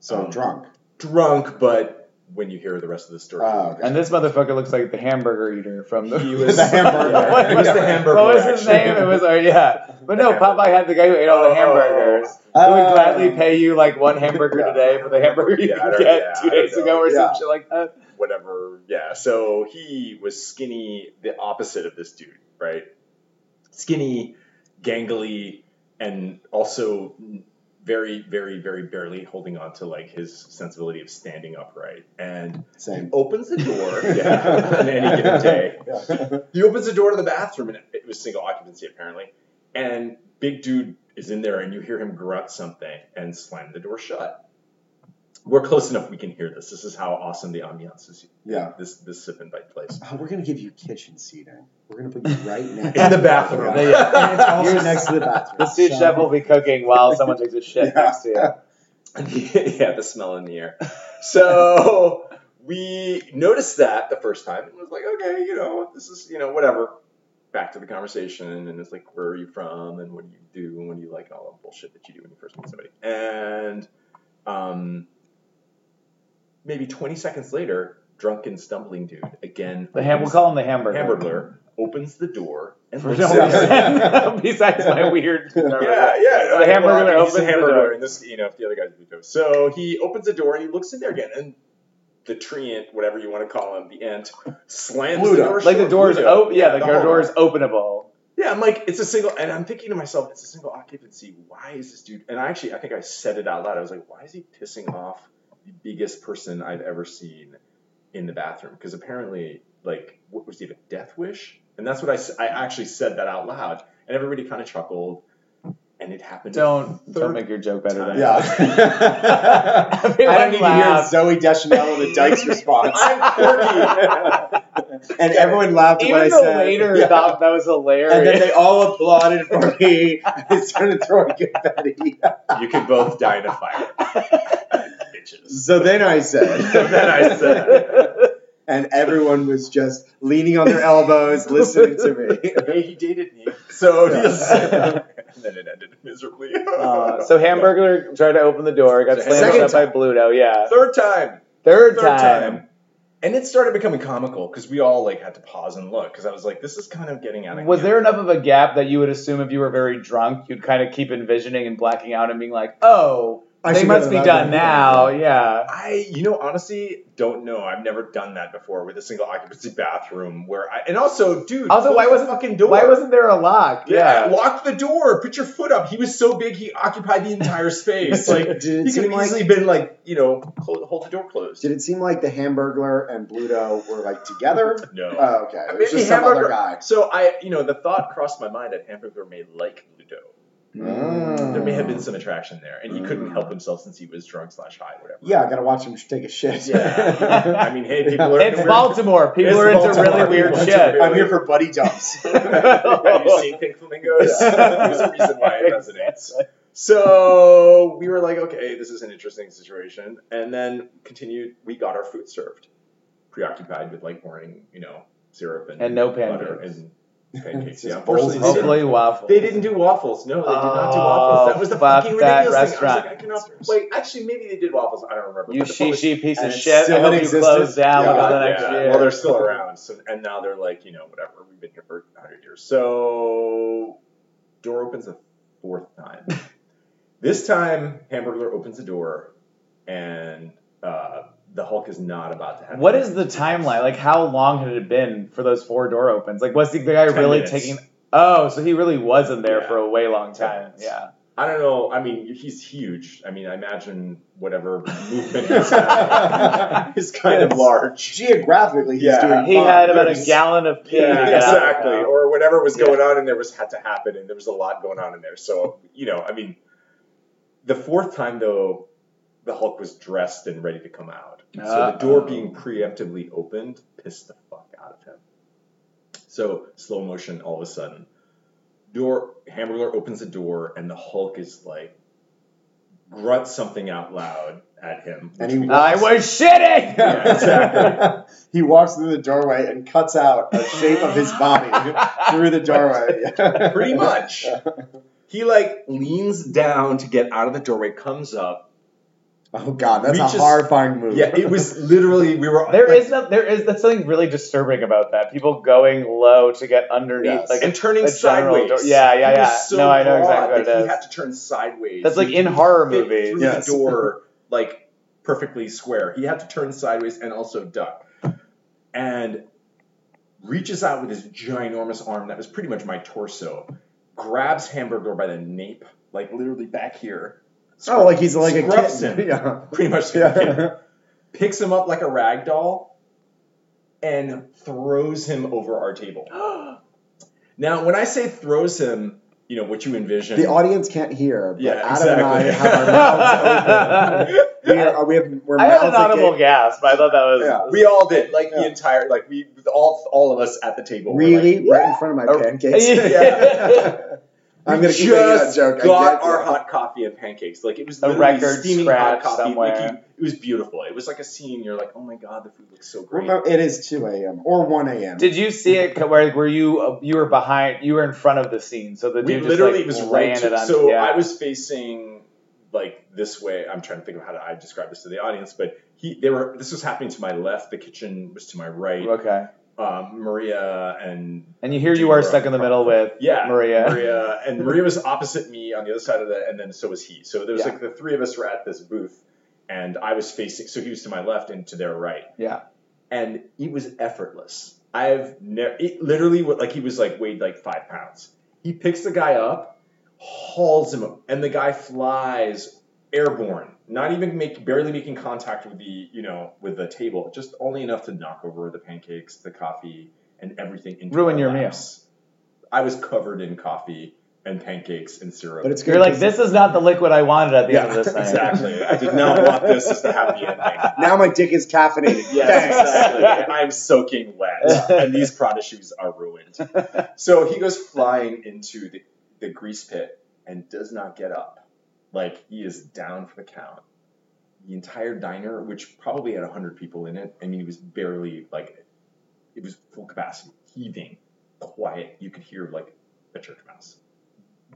[SPEAKER 2] So
[SPEAKER 3] Um,
[SPEAKER 2] drunk.
[SPEAKER 3] drunk, but when you hear the rest of the story,
[SPEAKER 2] Oh,
[SPEAKER 1] And this motherfucker looks like the hamburger eater from the.
[SPEAKER 3] he was
[SPEAKER 2] The hamburger.
[SPEAKER 3] Yeah, he was the
[SPEAKER 2] What
[SPEAKER 3] hamburger.
[SPEAKER 1] What was his
[SPEAKER 3] actually.
[SPEAKER 1] name? It was, or yeah, but no, Popeye had the guy who ate all
[SPEAKER 2] Oh.
[SPEAKER 1] the hamburgers. I would
[SPEAKER 2] Uh,
[SPEAKER 1] gladly pay you like one hamburger
[SPEAKER 2] Yeah.
[SPEAKER 1] today for the hamburger you
[SPEAKER 3] Yeah, I
[SPEAKER 1] could
[SPEAKER 3] don't-
[SPEAKER 1] get
[SPEAKER 3] yeah,
[SPEAKER 1] two
[SPEAKER 3] I don't
[SPEAKER 1] days
[SPEAKER 3] know.
[SPEAKER 1] ago or
[SPEAKER 2] Yeah.
[SPEAKER 1] some shit like that.
[SPEAKER 3] whatever. Yeah. So he was skinny, the opposite of this dude, right? Skinny, gangly, and also very, very, very barely holding on to like his sensibility of standing upright. And he
[SPEAKER 2] Same.
[SPEAKER 3] opens the door. yeah. On any given day.
[SPEAKER 2] Yeah.
[SPEAKER 3] He opens the door to the bathroom, and it was single occupancy apparently. And big dude is in there, and you hear him grunt something and slam the door shut. We're close enough; we can hear this. This is how awesome the ambiance is
[SPEAKER 2] Yeah.
[SPEAKER 3] this this sip and bite place.
[SPEAKER 2] Oh, we're gonna give you kitchen seating. We're gonna put you right next
[SPEAKER 3] In the bathroom.
[SPEAKER 2] Yeah.
[SPEAKER 1] Yeah.
[SPEAKER 2] And it's also
[SPEAKER 1] You're-
[SPEAKER 2] next to the bathroom.
[SPEAKER 1] The sous
[SPEAKER 2] So-
[SPEAKER 1] chef will be cooking while someone takes a shit
[SPEAKER 2] Yeah.
[SPEAKER 1] next to you.
[SPEAKER 3] yeah, the smell in the air. So we noticed that the first time and was like, okay, you know, this is, you know, whatever. Back to the conversation, and it's like, where are you from, and what do you do, and what do you like, and all the bullshit that you do when you first meet somebody. And um, maybe 20 seconds later, drunken stumbling dude again.
[SPEAKER 1] The ham, we'll
[SPEAKER 3] opens-
[SPEAKER 1] call him the hamburger.
[SPEAKER 3] hamburglar opens the door and
[SPEAKER 1] For
[SPEAKER 3] looks
[SPEAKER 1] no
[SPEAKER 3] at us.
[SPEAKER 1] reason. Besides my weird.
[SPEAKER 3] Yeah, yeah.
[SPEAKER 1] The hamburger that
[SPEAKER 3] he's a
[SPEAKER 1] opens the
[SPEAKER 3] hamburger,
[SPEAKER 1] door.
[SPEAKER 3] and this, you know, if the other guy's Vito. So he opens the door and he looks in there again, and the treant, whatever you want to call him, the ant, slams the
[SPEAKER 2] Pluto.
[SPEAKER 3] door.
[SPEAKER 1] Like the
[SPEAKER 3] shut.
[SPEAKER 1] door's
[SPEAKER 3] Pluto.
[SPEAKER 1] open. Yeah, the,
[SPEAKER 3] whole
[SPEAKER 1] door is openable.
[SPEAKER 3] Yeah, I'm like, it's a single, and I'm thinking to myself, it's a single occupancy. Why is this dude? And I actually, I think I said it out loud. I was like, why is he pissing off the biggest person I've ever seen in the bathroom? Because apparently, like, what was he a death wish? And that's what I, s- I actually said that out loud, and everybody kind of chuckled, and it happened.
[SPEAKER 1] Don't don't
[SPEAKER 3] Third
[SPEAKER 1] make your joke better than
[SPEAKER 2] Yeah.
[SPEAKER 1] I
[SPEAKER 2] I don't need to hear Zoe Deschanel and the Dykes response.
[SPEAKER 3] I'm quirky.
[SPEAKER 2] and everyone laughed at
[SPEAKER 1] Even
[SPEAKER 2] what I
[SPEAKER 1] the
[SPEAKER 2] said.
[SPEAKER 1] waiter
[SPEAKER 2] Yeah.
[SPEAKER 1] thought that was hilarious.
[SPEAKER 2] And then they all applauded for me. I started throwing confetti.
[SPEAKER 3] you can both die in a fire, bitches.
[SPEAKER 2] So then I
[SPEAKER 3] So
[SPEAKER 2] said,
[SPEAKER 3] then I said-
[SPEAKER 2] and everyone was just leaning on their elbows, listening to me.
[SPEAKER 3] Hey, he dated me. So
[SPEAKER 2] Yeah.
[SPEAKER 3] yes. and then it ended miserably.
[SPEAKER 1] Uh, so hamburger tried to open the door, got
[SPEAKER 3] Second
[SPEAKER 1] slammed shut by
[SPEAKER 2] time.
[SPEAKER 1] Bluto. Yeah,
[SPEAKER 3] Third time.
[SPEAKER 1] third,
[SPEAKER 3] Third
[SPEAKER 1] time.
[SPEAKER 3] time. And it started becoming comical because we all like had to pause and look because I was like, this is kind of getting out of
[SPEAKER 1] Was
[SPEAKER 3] hand.
[SPEAKER 1] there enough of a gap that you would assume if you were very drunk, you'd kind of keep envisioning and blacking out and being like, "Oh,
[SPEAKER 2] I
[SPEAKER 1] they
[SPEAKER 2] should go
[SPEAKER 1] must
[SPEAKER 2] to
[SPEAKER 1] be
[SPEAKER 2] the
[SPEAKER 1] done now."
[SPEAKER 2] bathroom.
[SPEAKER 1] Yeah.
[SPEAKER 3] I, you know, honestly, don't know. I've never done that before with a single occupancy bathroom where I, and also, dude,
[SPEAKER 1] Also,
[SPEAKER 3] close
[SPEAKER 1] why
[SPEAKER 3] the
[SPEAKER 1] wasn't
[SPEAKER 3] fucking door?
[SPEAKER 1] Why wasn't there a lock?
[SPEAKER 3] Yeah,
[SPEAKER 1] Yeah.
[SPEAKER 3] lock the door. Put your foot up. He was so big, he occupied the entire space. Like
[SPEAKER 2] Did it
[SPEAKER 3] he could
[SPEAKER 2] seem
[SPEAKER 3] have
[SPEAKER 2] like-
[SPEAKER 3] easily been like, you know, clo- hold the door closed.
[SPEAKER 2] Did it seem like the Hamburglar and Bluto were like together?
[SPEAKER 3] No.
[SPEAKER 2] Oh, okay. It was
[SPEAKER 3] Maybe
[SPEAKER 2] just some other
[SPEAKER 3] Hamburger-
[SPEAKER 2] guy.
[SPEAKER 3] So I, you know, the thought crossed my mind that Hamburger may like Ludo.
[SPEAKER 2] Mm.
[SPEAKER 3] There may have been some attraction there, and he couldn't
[SPEAKER 2] Mm.
[SPEAKER 3] help himself since he was drunk slash high, whatever.
[SPEAKER 2] Yeah, I gotta watch him take a shit.
[SPEAKER 3] Yeah. I mean, hey, people are.
[SPEAKER 1] It's Baltimore. People
[SPEAKER 3] It's
[SPEAKER 1] are into
[SPEAKER 3] Baltimore.
[SPEAKER 1] really weird
[SPEAKER 3] People are
[SPEAKER 1] shit.
[SPEAKER 3] into
[SPEAKER 2] I'm here for buddy dumps.
[SPEAKER 3] Have you seen Pink Flamingos?
[SPEAKER 2] Yeah.
[SPEAKER 3] There's a reason why it resonates. So we were like, okay, this is an interesting situation, and then continued. We got our food served, preoccupied with like morning, you know, syrup and,
[SPEAKER 1] And no
[SPEAKER 3] butter
[SPEAKER 1] pancakes.
[SPEAKER 3] and pancakes.
[SPEAKER 2] Just
[SPEAKER 3] yeah, unfortunately, they didn't.
[SPEAKER 1] Hopefully, waffles.
[SPEAKER 3] They didn't do waffles. No, they did not do waffles. That was the
[SPEAKER 1] Oh, fuck
[SPEAKER 3] fucking
[SPEAKER 1] that
[SPEAKER 3] ridiculous
[SPEAKER 1] restaurant.
[SPEAKER 3] thing. I was like, I cannot. Wait, actually, maybe they did waffles. I don't remember.
[SPEAKER 1] You
[SPEAKER 3] But the point was-
[SPEAKER 1] shishi piece
[SPEAKER 2] and
[SPEAKER 1] of
[SPEAKER 2] it's
[SPEAKER 1] shit.
[SPEAKER 2] still
[SPEAKER 1] I
[SPEAKER 2] in
[SPEAKER 1] hope you
[SPEAKER 2] existence?
[SPEAKER 1] close down.
[SPEAKER 2] Yeah.
[SPEAKER 1] We got
[SPEAKER 2] the
[SPEAKER 1] an extra year.
[SPEAKER 3] Well, they're still around, so, and now they're like, you know, whatever. We've been here for 100 years. So, door opens the fourth time. this time, Hamburglar opens the door, and uh, the Hulk is not about to have.
[SPEAKER 1] What is the timeline? Like, how long had it been for those four door opens? Like, was the guy
[SPEAKER 3] Ten
[SPEAKER 1] really
[SPEAKER 3] minutes.
[SPEAKER 1] taking? Oh, so he really wasn't there
[SPEAKER 3] Yeah.
[SPEAKER 1] for a way long
[SPEAKER 3] Ten
[SPEAKER 1] time.
[SPEAKER 3] minutes.
[SPEAKER 1] Yeah.
[SPEAKER 3] I don't know. I mean, he's huge. I mean, I imagine whatever movement he's having is kind of
[SPEAKER 2] Yes.
[SPEAKER 3] large.
[SPEAKER 2] Geographically, he's
[SPEAKER 3] Yeah.
[SPEAKER 2] doing
[SPEAKER 1] He
[SPEAKER 2] fine.
[SPEAKER 1] had about a
[SPEAKER 2] There's-
[SPEAKER 1] gallon of pee. to
[SPEAKER 3] Yeah,
[SPEAKER 1] get out.
[SPEAKER 3] exactly. Or whatever was
[SPEAKER 1] Yeah.
[SPEAKER 3] going on, and there was had to happen, and there was a lot going on in there. So you know, I mean, the fourth time though, the Hulk was dressed and ready to come out. So the door
[SPEAKER 1] Uh-oh.
[SPEAKER 3] being preemptively opened pissed the fuck out of him. So slow motion, all of a sudden, door Hamburger opens the door, and the Hulk is like grunts something out loud at him.
[SPEAKER 2] And
[SPEAKER 3] which
[SPEAKER 2] he
[SPEAKER 3] we-
[SPEAKER 1] I was shitting.
[SPEAKER 3] Yeah, exactly.
[SPEAKER 2] he walks through the doorway and cuts out a shape of his body through the doorway.
[SPEAKER 3] Pretty much. He like leans down to get out of the doorway, comes up.
[SPEAKER 2] Oh god, that's
[SPEAKER 3] Reaches-
[SPEAKER 2] a horrifying move.
[SPEAKER 3] Yeah, it was literally we were
[SPEAKER 1] There
[SPEAKER 3] like,
[SPEAKER 1] is no, there is that's something really disturbing about that. People going low to get underneath.
[SPEAKER 2] Yes.
[SPEAKER 1] Like
[SPEAKER 3] and turning
[SPEAKER 1] a general
[SPEAKER 3] sideways.
[SPEAKER 1] door- yeah, yeah,
[SPEAKER 3] He was
[SPEAKER 1] yeah.
[SPEAKER 3] so
[SPEAKER 1] No, I know
[SPEAKER 3] broad
[SPEAKER 1] exactly what
[SPEAKER 3] that
[SPEAKER 1] it
[SPEAKER 3] he
[SPEAKER 1] is.
[SPEAKER 3] had to turn sideways.
[SPEAKER 1] that's like
[SPEAKER 3] He
[SPEAKER 1] in horror
[SPEAKER 3] fit
[SPEAKER 1] movies.
[SPEAKER 3] through
[SPEAKER 2] Yes.
[SPEAKER 3] the door like perfectly square. He had to turn sideways and also duck, and reaches out with his ginormous arm that was pretty much my torso, grabs Hamburger by the nape, like literally back here.
[SPEAKER 2] Oh, like he's like
[SPEAKER 3] Scrubs
[SPEAKER 2] a kid.
[SPEAKER 3] him.
[SPEAKER 2] Yeah.
[SPEAKER 3] pretty much like a kid.
[SPEAKER 2] Yeah.
[SPEAKER 3] picks him up like a rag doll and throws him over our table. Now, when I say throws him, you know what you envision.
[SPEAKER 2] The audience can't hear, but
[SPEAKER 3] Yeah,
[SPEAKER 2] Adam and I
[SPEAKER 3] exactly.
[SPEAKER 2] have our mouths open. We are, we have, we're
[SPEAKER 1] I had an
[SPEAKER 2] mouths
[SPEAKER 1] audible
[SPEAKER 2] agape.
[SPEAKER 1] gasp. I thought that was
[SPEAKER 2] Yeah.
[SPEAKER 3] we all did, like the
[SPEAKER 2] Yeah.
[SPEAKER 3] entire, like we all, all of us at the table. were
[SPEAKER 2] Really?
[SPEAKER 3] like, Oh,
[SPEAKER 2] Right in front of my
[SPEAKER 1] Oh.
[SPEAKER 2] pancakes?
[SPEAKER 1] Yeah.
[SPEAKER 2] I'm gonna
[SPEAKER 3] We
[SPEAKER 2] keep making that
[SPEAKER 3] just
[SPEAKER 2] joke. I
[SPEAKER 3] got
[SPEAKER 2] get
[SPEAKER 3] our
[SPEAKER 2] you.
[SPEAKER 3] hot coffee and pancakes. Like it was
[SPEAKER 1] A
[SPEAKER 3] literally
[SPEAKER 1] record
[SPEAKER 3] steaming
[SPEAKER 1] scratch
[SPEAKER 3] hot coffee.
[SPEAKER 1] somewhere.
[SPEAKER 3] Like, you- it was beautiful. It was like a scene. You're like, oh my god, the food looks so great.
[SPEAKER 2] Remember, it is 2 a.m. or 1 a.m.
[SPEAKER 1] Did you see it? co- Where were you? Uh, you were behind. You were in front of the scene, so the
[SPEAKER 3] we
[SPEAKER 1] dude
[SPEAKER 3] literally
[SPEAKER 1] just,
[SPEAKER 3] was
[SPEAKER 1] like,
[SPEAKER 3] right.
[SPEAKER 1] landed
[SPEAKER 3] To,
[SPEAKER 1] on.
[SPEAKER 3] so
[SPEAKER 1] yeah.
[SPEAKER 3] I was facing like this way. I'm trying to think of how to I describe this to the audience, but he they were. This was happening to my left. The kitchen was to my right.
[SPEAKER 1] okay.
[SPEAKER 3] Um, Maria and
[SPEAKER 1] And you here you are stuck in the middle with
[SPEAKER 3] yeah,
[SPEAKER 1] Maria.
[SPEAKER 3] Maria and Maria was opposite me on the other side of the, and then so was he. So there was
[SPEAKER 1] Yeah.
[SPEAKER 3] like the three of us were at this booth, and I was facing. So he was to my left and to their right.
[SPEAKER 1] Yeah.
[SPEAKER 3] and it was effortless. I've never it literally wa- like he was like weighed like five pounds. He picks the guy up, hauls him up, and the guy flies airborne, not even make barely making contact with the you know with the table, just only enough to knock over the pancakes, the coffee, and everything. Into
[SPEAKER 1] Ruin
[SPEAKER 3] our
[SPEAKER 1] your
[SPEAKER 3] laps. I was covered in coffee and pancakes and syrup.
[SPEAKER 2] But it's good.
[SPEAKER 1] You're like,
[SPEAKER 2] 'cause
[SPEAKER 1] this is not the liquid I wanted at the end
[SPEAKER 2] Yeah,
[SPEAKER 1] of this night.
[SPEAKER 3] exactly. I did not want this as the happy ending.
[SPEAKER 2] now my dick is caffeinated.
[SPEAKER 3] Yes,
[SPEAKER 2] Thanks.
[SPEAKER 3] exactly. And I'm soaking wet, and these Prada shoes are ruined. So he goes flying into the, the grease pit and does not get up. Like he is down for the count. The entire diner, which probably had hundred people in it, I mean, it was barely like it was full capacity, heaving, quiet. You could hear like a church mouse.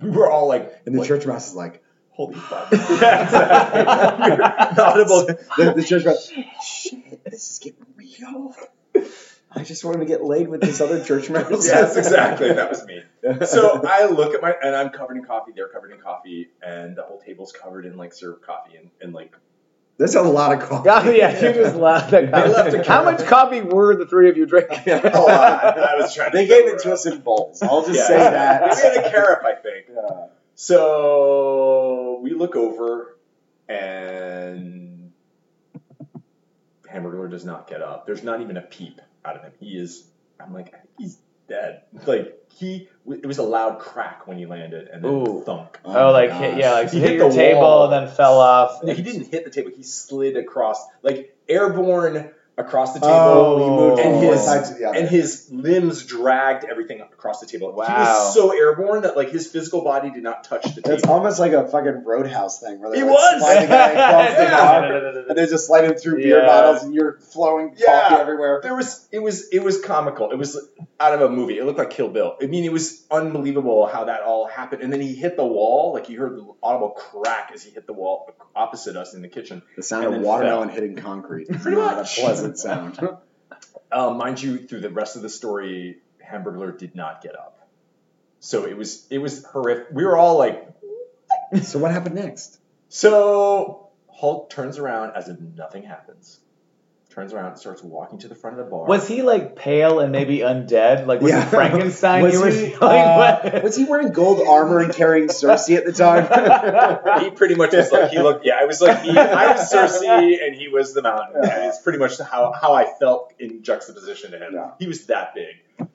[SPEAKER 3] We were all like
[SPEAKER 2] And the
[SPEAKER 3] like,
[SPEAKER 2] church mouse is like,
[SPEAKER 3] Holy fuck! yeah, exactly. We were audible
[SPEAKER 2] the, the church mouse. Shit, this is getting real. I just wanted to get laid with this other church mouse.
[SPEAKER 3] Yes, exactly. That was me. So I look at my and I'm covered in coffee. They're covered in coffee, and the whole table's covered in like syrup coffee and, and like
[SPEAKER 2] that's a lot of coffee.
[SPEAKER 1] Oh, yeah, you just laughed at
[SPEAKER 3] They left Oh, a
[SPEAKER 1] coffee. How
[SPEAKER 3] can.
[SPEAKER 1] much coffee were the three of you drinking?
[SPEAKER 2] Yeah,
[SPEAKER 3] a lot. I was trying.
[SPEAKER 2] They
[SPEAKER 3] to
[SPEAKER 2] gave it to us in bowls. I'll just
[SPEAKER 3] Yeah.
[SPEAKER 2] say that.
[SPEAKER 3] We had a carrot, I think.
[SPEAKER 2] Yeah.
[SPEAKER 3] So we look over, and Hamburger does not get up. There's not even a peep out of him. He is. I'm like, I think he's dead. Like he. It was a loud crack when he landed, and then
[SPEAKER 1] Ooh.
[SPEAKER 3] thunk.
[SPEAKER 1] Oh,
[SPEAKER 2] my
[SPEAKER 1] like hit, yeah,
[SPEAKER 2] gosh.
[SPEAKER 1] like
[SPEAKER 3] He
[SPEAKER 1] hit
[SPEAKER 3] hit
[SPEAKER 1] your
[SPEAKER 3] the
[SPEAKER 1] table
[SPEAKER 3] wall.
[SPEAKER 1] and then fell off.
[SPEAKER 3] No, Oh, he didn't hit the table. He slid across, like airborne across the table,
[SPEAKER 2] Oh, he moved
[SPEAKER 3] And
[SPEAKER 2] from one
[SPEAKER 3] his-
[SPEAKER 2] side to the other.
[SPEAKER 3] and his limbs dragged everything across the table. He
[SPEAKER 1] Wow.
[SPEAKER 3] was so airborne that like his physical body did not touch the table.
[SPEAKER 2] It's almost like a fucking roadhouse thing where they
[SPEAKER 3] It
[SPEAKER 2] like,
[SPEAKER 3] was!
[SPEAKER 2] slide the guy across the
[SPEAKER 3] Yeah.
[SPEAKER 2] bar, and they're just sliding through beer
[SPEAKER 1] Yeah.
[SPEAKER 2] bottles, and you're flowing
[SPEAKER 3] Yeah.
[SPEAKER 2] coffee everywhere.
[SPEAKER 3] There was it was it was comical. It was out of a movie. It looked like Kill Bill. I mean, it was unbelievable how that all happened. And then he hit the wall. Like you heard the audible crack as he hit the wall opposite us in the kitchen.
[SPEAKER 2] The sound
[SPEAKER 3] And
[SPEAKER 2] of
[SPEAKER 3] then
[SPEAKER 2] watermelon hitting concrete is
[SPEAKER 3] Pretty
[SPEAKER 2] not
[SPEAKER 3] much.
[SPEAKER 2] a pleasant sound.
[SPEAKER 3] Uh, mind you, through the rest of the story, Hamburglar did not get up. So it was it was horrific. We were all like,
[SPEAKER 2] so what happened next?
[SPEAKER 3] so Hulk turns around as if nothing happens. Turns around and starts walking to the front of the bar.
[SPEAKER 1] Was he like pale and maybe undead? Like was
[SPEAKER 2] Yeah.
[SPEAKER 1] it Frankenstein
[SPEAKER 2] Was
[SPEAKER 1] you were
[SPEAKER 2] he,
[SPEAKER 1] feeling?
[SPEAKER 2] uh,
[SPEAKER 1] What?
[SPEAKER 2] was he wearing gold armor and carrying Cersei at the time?
[SPEAKER 3] he pretty much was like he looked. Yeah, I was like he, I was Cersei and he was the mountain. And it's pretty much how how I felt in juxtaposition to him.
[SPEAKER 2] Yeah.
[SPEAKER 3] He was that big.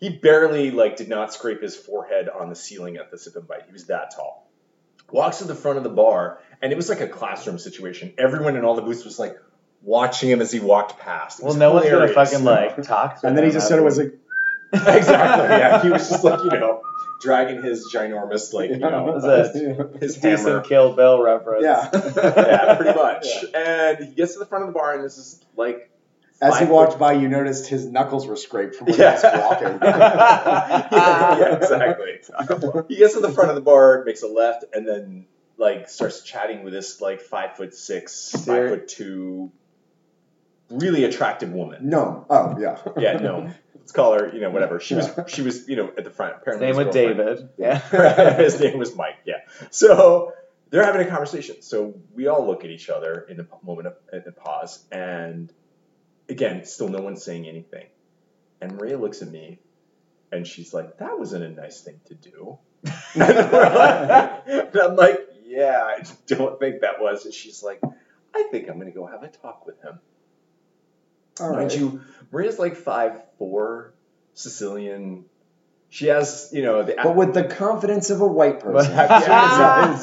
[SPEAKER 3] He barely like did not scrape his forehead on the ceiling at the sip and bite. He was that tall. Walks to the front of the bar and it was like a classroom situation. Everyone in all the booths was like watching him as he walked past. It
[SPEAKER 1] well,
[SPEAKER 3] was
[SPEAKER 1] no one's gonna
[SPEAKER 3] hilarious.
[SPEAKER 1] fucking like talk. To
[SPEAKER 2] and then he just sort of was like,
[SPEAKER 1] like,
[SPEAKER 3] exactly. Yeah, he was just like you know dragging his ginormous like you know
[SPEAKER 1] was a-
[SPEAKER 3] his
[SPEAKER 1] decent
[SPEAKER 3] hammer.
[SPEAKER 1] Kill Bill reference.
[SPEAKER 2] yeah.
[SPEAKER 3] yeah, pretty much. And he gets to the front of the bar, and this is like
[SPEAKER 2] As he
[SPEAKER 3] five-
[SPEAKER 2] walked by, you noticed his knuckles were scraped from when
[SPEAKER 3] Yeah.
[SPEAKER 2] he was walking.
[SPEAKER 3] yeah, yeah, exactly. He gets to the front of the bar, makes a left, and then like starts chatting with this like five foot six,
[SPEAKER 1] Seri-
[SPEAKER 3] five foot two, really attractive woman.
[SPEAKER 2] No. Oh, yeah.
[SPEAKER 3] Yeah, no, let's call her. You know, whatever. She was, she was, you know, at the front. Apparently,
[SPEAKER 1] Name
[SPEAKER 3] his
[SPEAKER 1] with
[SPEAKER 3] girlfriend-
[SPEAKER 1] David. Yeah.
[SPEAKER 3] his name was Mike. Yeah. So they're having a conversation. So we all look at each other in a p- moment of in a pause, and again, still no one's saying anything. And Maria looks at me, and she's like, "That wasn't a nice thing to do." and, we're like- and I'm like, "Yeah, I don't think that was." And she's like, "I think I'm gonna go have a talk with him."
[SPEAKER 2] All
[SPEAKER 3] Mind
[SPEAKER 2] right.
[SPEAKER 3] you, Maria's like five four, Sicilian. She has, you know, the
[SPEAKER 2] but with the confidence of a white person.
[SPEAKER 1] But-
[SPEAKER 2] As soon as